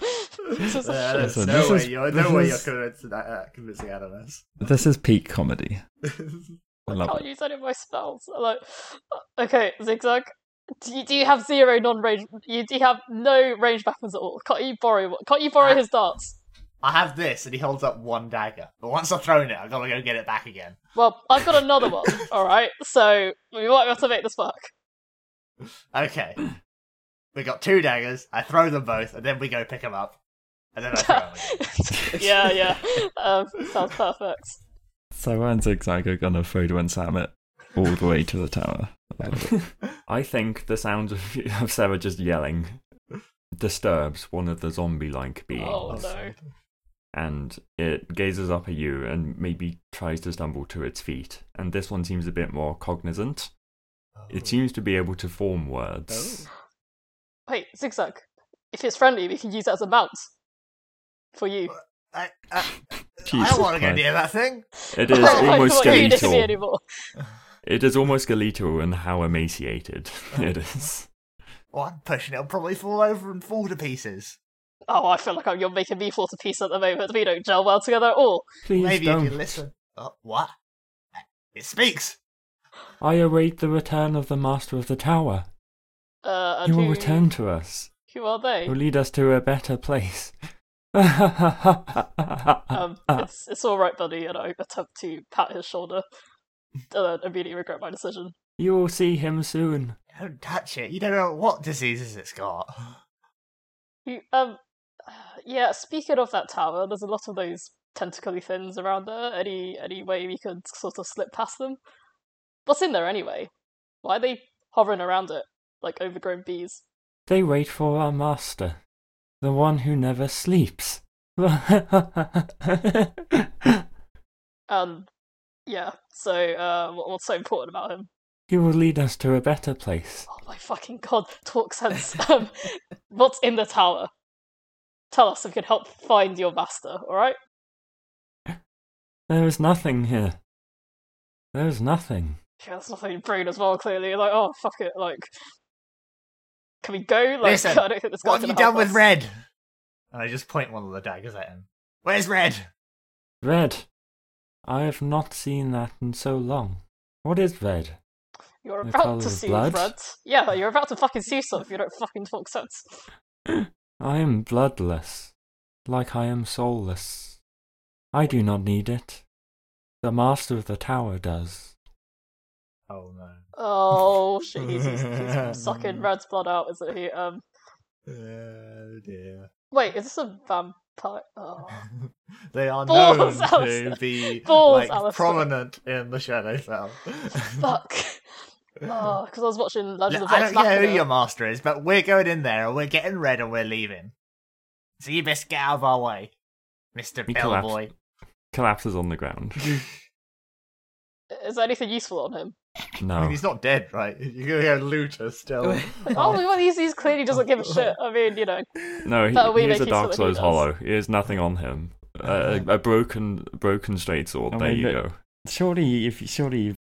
S4: this is a
S3: Yeah,
S4: shit.
S3: there's
S6: Listen,
S3: no
S6: this
S3: way
S6: is-
S3: you're,
S6: this
S3: no way you're
S6: is-
S3: convincing, that, uh, convincing Adamus.
S6: This is peak comedy.
S3: (laughs)
S6: I
S4: I
S6: love
S4: can't
S6: it.
S4: use any of my spells. I'm Like, okay, zigzag. Do you, do you have zero non-range? You, do you have no range weapons at all? Can't you borrow? one- Can't you borrow his darts?
S3: I have this, and he holds up one dagger. But once I've thrown it, I've got to go get it back again.
S4: Well, I've got another one. All right, so we might have to make this work.
S3: Okay. (clears throat) We got two daggers. I throw them both, and then we go pick them up, and then I throw them again.
S4: yeah, yeah. Um, sounds perfect.
S6: So and Zigzag are gonna Frodo and Sam it all the way to the tower. I love it.
S1: (laughs) I think the sound of, (laughs) of Sarah just yelling disturbs one of the zombie-like beings.
S4: Oh, no.
S1: and it gazes up at you and maybe tries to stumble to its feet. And this one seems a bit more cognizant.
S3: Oh.
S1: It seems to be able to form words.
S4: Wait, zigzag. If it's friendly, we can use it as a mount for you. (laughs)
S3: I, I, I
S6: Jesus
S3: don't want to go
S6: Christ.
S3: near that thing.
S1: It
S3: (laughs)
S1: is
S4: (laughs) I don't
S1: almost
S4: want you to
S1: skeletal.
S4: me anymore.
S1: It is almost skeletal in how
S3: (laughs)
S1: emaciated it is.
S3: Well, I'm pushing it. It'll probably fall over and fall to pieces.
S4: Oh, I feel like I'm, you're making me fall to pieces at the moment. We don't gel well together at all.
S1: Please
S3: Maybe
S1: don't.
S3: if you listen. Oh, what? It speaks.
S1: I await the return of the master of the tower.
S4: Uh, and
S1: he will
S4: who-
S1: return to us.
S4: Who are
S1: He
S4: they?
S1: will lead us to a better place. um,
S4: (laughs)
S1: (laughs)
S4: Um,
S1: uh,
S4: it's, it's all right, buddy, and I attempt to pat his shoulder, (laughs) and then immediately regret my decision.
S1: you will see him soon.
S3: Don't touch it. You don't know what diseases it's
S4: (laughs)
S3: got.
S4: You, um, (sighs) yeah. Speaking of that tower, there's a lot of those tentacly things around there. Any any way we could sort of slip past them? What's in there anyway? Why are they hovering around it like overgrown bees?
S1: They wait for our master, the one who never sleeps. (laughs) he
S4: Um, yeah. So, uh, what, what's so important about him?
S1: will lead us to a better place.
S4: Oh my fucking god! Talk sense. um, what's in the tower? Tell us if we can help find your master. All right.
S1: There is nothing here. There is nothing.
S4: Yeah, that's nothing brain as well, clearly. Like, oh, fuck it. Like, can we go? Like,
S3: Listen,
S4: (laughs) I don't think this guy's
S3: What have
S4: gonna
S3: you done
S4: help
S3: with
S4: us.
S3: Red? And I just point one of the daggers at him. Where's Red?
S1: Red. I have not seen that in so long. What is red?
S4: You're
S1: The
S4: about
S1: colour
S4: to
S1: of
S4: see
S1: blood?
S4: Red. Yeah, you're about to fucking see stuff if you don't fucking talk sense.
S1: I am bloodless, like I am soulless. I do not need it. The master of the tower does.
S3: Oh no. (laughs)
S4: Oh, shit, he's, he's, he's sucking Red's blood out, isn't he? Um,
S3: Oh dear. (laughs)
S4: Wait, is this a vampire? Oh.
S3: they are
S4: Balls,
S3: known to
S4: Alistair.
S3: be
S4: Balls,
S3: like,
S4: Alistair.
S3: prominent in the Shadow Fell. (laughs)
S4: Fuck. Because I was watching Legend of
S3: I
S4: Vox
S3: don't care who
S4: Machina.
S3: your master is, but we're going in there and we're getting red and we're leaving. So you best get out of our way, Mister
S1: He collapsed.
S3: Bellboy.
S1: Collapses on the ground.
S3: (laughs)
S4: Is there anything useful on him?
S3: I
S7: Oh.
S3: mean,
S1: No.
S3: he's not dead, right? You're gonna hear
S2: (laughs)
S3: Looter still.
S4: Oh, well, he's, he's clearly
S3: (laughs)
S4: doesn't give a shit. I mean, you know,
S1: No, he,
S4: But we
S1: he is
S4: make
S1: a
S4: use
S1: Dark
S4: of what he
S1: Souls
S4: does.
S1: hollow. He has nothing on him. Uh, a, a broken, broken straight sword.
S6: I
S1: There
S6: mean,
S1: you
S6: the-
S1: go.
S6: Surely, if surely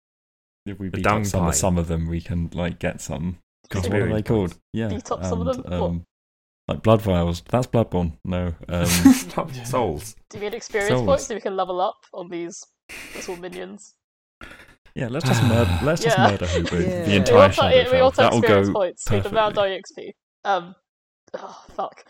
S6: if we beat
S1: dung
S6: up some
S1: pie.
S6: of, some of them, we can like get some. Because what are
S1: Experience
S6: they called?
S1: points.
S6: Yeah,
S4: Beat up some of them? What?
S6: Um, like blood vials. That's Bloodborne. No,
S4: (laughs)
S1: (laughs)
S6: um,
S1: Stop souls.
S4: do you get experience
S6: Souls.
S4: points so we can level up on these little minions?
S6: yeah. Let's just murder. Let's just
S4: Yeah.
S6: murder
S4: (laughs)
S6: Hobo.
S2: Yeah.
S6: The
S2: We
S4: We
S6: entire
S4: also,
S6: Shadowfell.
S4: we also
S6: That'll
S4: experience
S6: go.
S4: points. We can round our XP. Um, oh, fuck.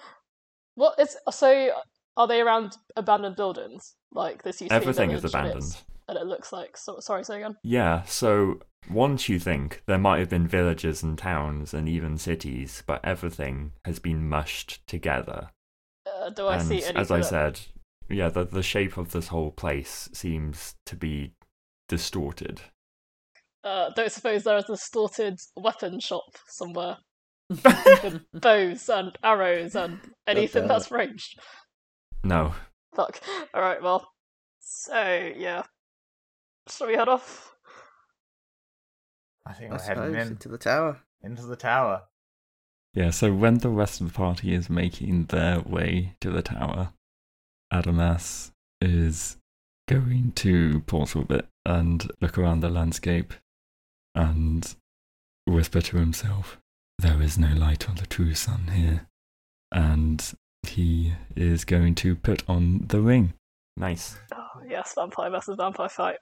S4: What is so? Are they around abandoned buildings? Like this used to be a
S1: Everything is
S4: village and
S1: abandoned.
S4: it's- and it looks like. So, sorry, say again.
S1: Yeah, so once you think there might have been villages and towns and even cities, but everything has been mushed together.
S4: Uh, do I
S1: and
S4: see anything?
S1: as I
S4: that-
S1: said, yeah, the, the shape of this whole place seems to be distorted.
S4: Uh, don't suppose there is a distorted weapon shop
S3: (laughs)
S4: somewhere. with bows and arrows and anything
S2: doubt
S1: uh,
S4: that's ranged.
S1: No,
S4: Fuck. Alright, well. So, yeah. Shall we head off?
S3: I
S2: (laughs)
S3: think
S2: I
S3: we're heading
S2: suppose
S3: in
S2: into the tower.
S3: into the tower.
S6: Yeah. So when the rest of the party is making their way to the tower, Adamas is going to pause a bit and look around the landscape, and whisper to himself, "There is no light on the true sun here," and he is going to put on the ring.
S1: nice.
S4: Oh, yes, vampire versus vampire fight.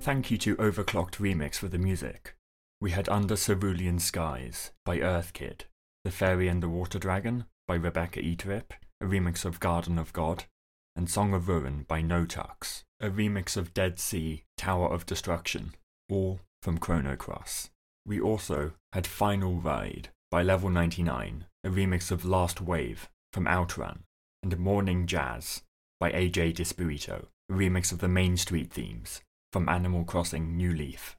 S1: Thank you to Overclocked Remix for the music. We had Under Cerulean Skies by Earth Kid, The Fairy and the Water Dragon by Rebecca Eatrip, a remix of Garden of God, and Song of Ruin by No Tux, a remix of Dead Sea, Tower of Destruction, all from Chrono Cross. We also had Final Ride by Level 99, a remix of Last Wave from Outrun, and Morning Jazz by AJ Dispirito, a remix of the Main Street themes from Animal Crossing New Leaf.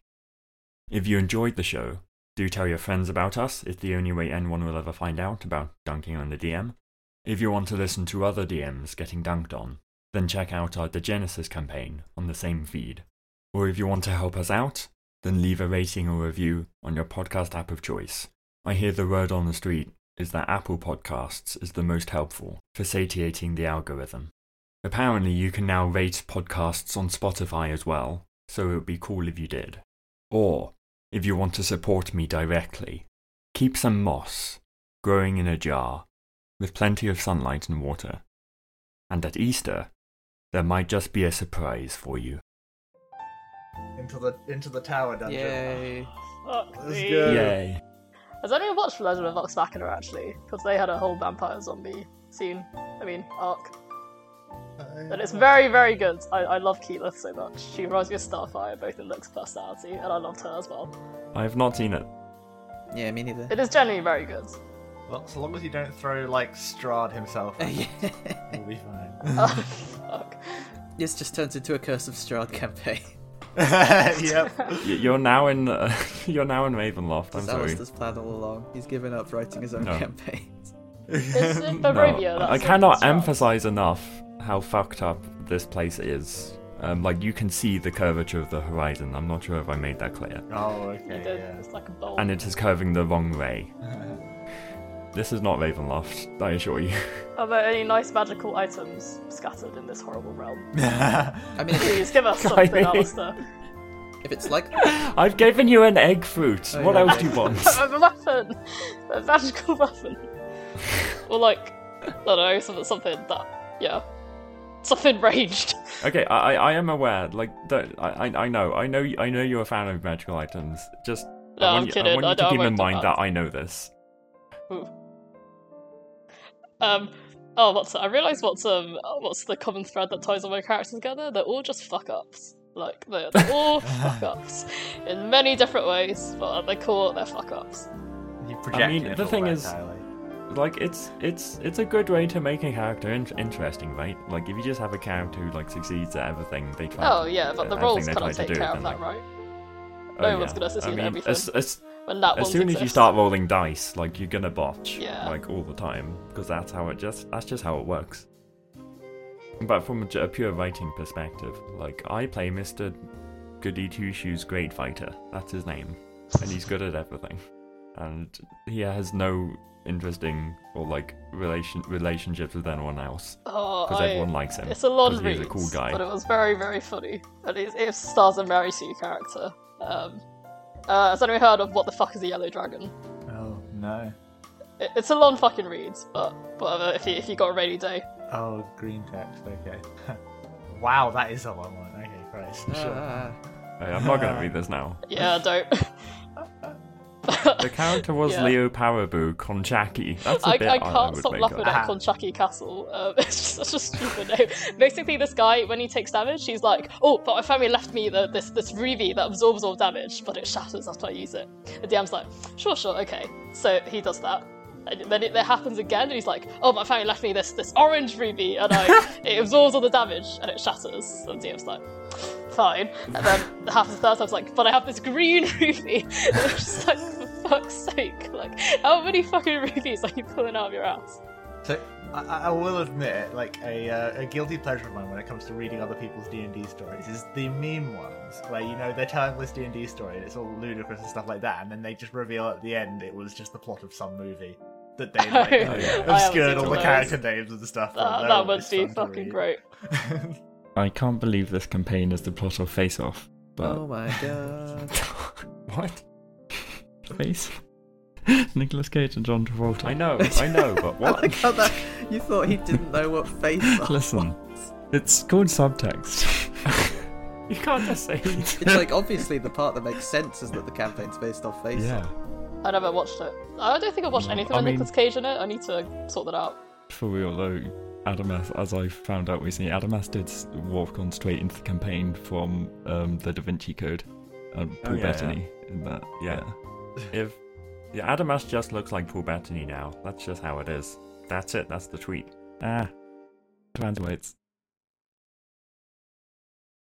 S1: If you enjoyed the show, do tell your friends about us. It's the only way anyone will ever find out about dunking on the DM. If you want to listen to other DMs getting dunked on, then check out our Degenesis campaign on the same feed. Or if you want to help us out, then leave a rating or review on your podcast app of choice. I hear the word on the street is that Apple Podcasts is the most helpful for satiating the algorithm. Apparently, you can now rate podcasts on Spotify as well, so it would be cool if you did. Or, if you want to support me directly, keep some moss growing in a jar with plenty of sunlight and water. And at Easter, there might just be a surprise for you.
S3: Into the into the tower dungeon.
S2: Yay.
S4: Fuck
S3: Let's
S4: me.
S3: go.
S1: Yay!
S4: Has anyone watched Legend of Vox Machina actually? Because they had a whole vampire zombie scene. I mean, arc. And it's very, very good. I, I love Keyleth so much. She reminds me of Starfire, both in looks and personality, and I loved her as well.
S1: I have not seen it.
S2: Yeah, me neither.
S4: It is generally very good. (laughs)
S3: Well, so long as you don't throw like Strahd himself, at it,
S2: (laughs) yeah.
S3: we'll be fine.
S4: Oh, fuck.
S2: This just turns into a Curse of Strahd campaign.
S3: (laughs) yep.
S1: Y- You're now in. (laughs) Uh, you're now in Ravenloft. I'm
S2: That's
S1: sorry.
S2: Alistair's plan all along. He's given up writing his own
S1: No.
S2: campaigns.
S1: (laughs)
S4: Is it
S1: No,
S4: Barovia?
S1: I-
S4: that's
S1: I
S4: it,
S1: cannot
S4: that's right.
S1: emphasize enough how fucked up this place is. Um, like you can see the curvature of the horizon. I'm not sure if I made that clear.
S3: (laughs) Oh,
S4: You
S3: okay,
S4: did.
S3: yeah.
S4: It's like a bowl.
S1: And it is curving the wrong
S2: (laughs)
S1: way. This is not Ravenloft, I assure you. (laughs)
S4: Are there any nice magical items scattered in this
S1: (laughs)
S4: horrible realm?
S2: (laughs) I mean, if,
S4: Please give us
S1: Guy.
S4: something, Alistair.
S2: if
S1: (laughs)
S2: it's like
S1: I've given you an egg fruit.
S2: Oh,
S1: what
S2: yeah.
S1: else do you
S2: (laughs)
S1: want?
S4: (laughs) a muffin! A magical muffin. or like, I don't know, something, something that, yeah. Something ranged.
S1: okay, I, I I am aware. Like the, I I I know I know I know you're a fan of magical items. Just I
S4: No, I'm
S1: want you,
S4: kidding.
S1: I want you
S4: I
S1: to
S4: don't- I
S1: keep in
S4: won't do
S1: mind
S4: that.
S1: that I know this.
S4: Um, oh, what's I realised what's um what's the common thread that ties all my characters together? They're all just fuck ups. Like they're,
S1: (laughs)
S4: they're all fuck ups in many different ways, but at their core, they're fuck ups.
S3: You project
S1: mean,
S3: it
S1: the
S3: all
S1: thing
S3: that
S1: is-
S3: entirely.
S1: like it's it's it's a good way to make a character in- interesting right like if you just have a character who like succeeds at everything they try
S4: Oh yeah, but the
S1: everything
S4: roles
S1: they
S4: kind
S1: try
S4: of
S1: to
S4: take
S1: do,
S4: care
S1: then,
S4: of
S1: like-
S4: that, right?
S1: oh,
S4: no one's
S1: yeah.
S4: gonna succeed
S1: I
S4: at
S1: mean,
S4: everything.
S1: as, as,
S4: When that
S1: as
S4: one
S1: soon as you
S4: exists.
S1: start rolling dice like you're gonna botch
S4: Yeah.
S1: like all the time because that's how it just that's just how it works but from a, j- a pure writing perspective like i play mr goody two shoes great fighter that's his name and he's good at everything and he has no interesting or like relation relationships with anyone else (laughs)
S4: oh,
S1: because
S4: I-
S1: everyone likes him.
S4: It's a lot
S1: 'cause
S4: of reads,
S1: He's a cool guy.
S4: but it was very, very funny. And it, it stars a Mary Sue character. Um, uh, has anyone heard of What the Fuck is a Yellow Dragon?
S3: Oh, no.
S4: It, it's a long fucking read, but whatever, if you, if you got a rainy day.
S3: Oh, green text, okay. (laughs) wow, that is a long one. Okay, Christ. (laughs) Sure.
S2: ah,
S1: Hey, I'm not going to read
S4: (laughs)
S1: this now. (laughs)
S4: Yeah, don't. (laughs)
S1: The character was
S4: Yeah.
S1: Leo Parabu Konchaki. That's a
S4: I,
S1: bit
S4: I
S1: I
S4: can't
S1: would
S4: stop
S1: make
S4: laughing
S1: up.
S4: at Conchaki Castle. Um, (laughs) it's just such a stupid name. Basically, this guy, when he takes damage, he's like, "Oh, but my family left me the, this this ruby that absorbs all damage, but it shatters after I use it." The DM's like, "Sure, sure, okay." So he does that, and then it, that happens again, and he's like, "Oh, my family left me this this orange ruby, and I it absorbs all the damage and it shatters." And the DM's like. Fine, and then half the third time I was like, but I have this green (laughs) ruby. And I was just like, for fuck's sake, like, how many fucking rubies are you pulling out of your ass?
S3: So, I, I I will admit, like, a, uh, a guilty pleasure of mine when it comes to reading other people's D&D stories is the meme ones, where, you know, they're telling this D&D story and it's all ludicrous and stuff like that, and then they just reveal at the end it was just the plot of some movie that (laughs) they, like,
S4: Oh,
S1: yeah.
S3: obscured all the
S4: those.
S3: character names and stuff.
S4: Oh,
S6: Oh,
S4: That, that would be fucking great.
S3: (laughs) great.
S6: I can't believe this campaign is the plot of Face Off. But
S2: oh my
S1: (laughs)
S2: god.
S1: What?
S6: (laughs) Face? Nicholas Cage and John Travolta.
S1: I know, I know, but
S2: (laughs) I like
S1: what?
S2: how that you thought he didn't
S1: (laughs)
S2: know what face. off
S6: Listen,
S2: was.
S6: it's called subtext.
S1: (laughs) you can't just
S6: (laughs)
S1: say.
S2: (laughs) It's like obviously the part that makes sense is that the campaign's based off face.
S6: yeah.
S4: I never watched it. I don't think I've watched anything
S6: Mm. I
S4: with
S6: mean-
S4: Nicolas Cage in it. I need to sort that out.
S6: For real though, Adamas, as I found out recently, Adamas did s- walk on straight into the campaign from um, the Da Vinci Code and Paul
S1: Oh, yeah, yeah.
S6: Bettany in that.
S1: Yeah. If yeah, Adamas just looks like Paul Bettany now. That's just how it is. That's it. That's the tweet.
S6: Ah. Trans rights.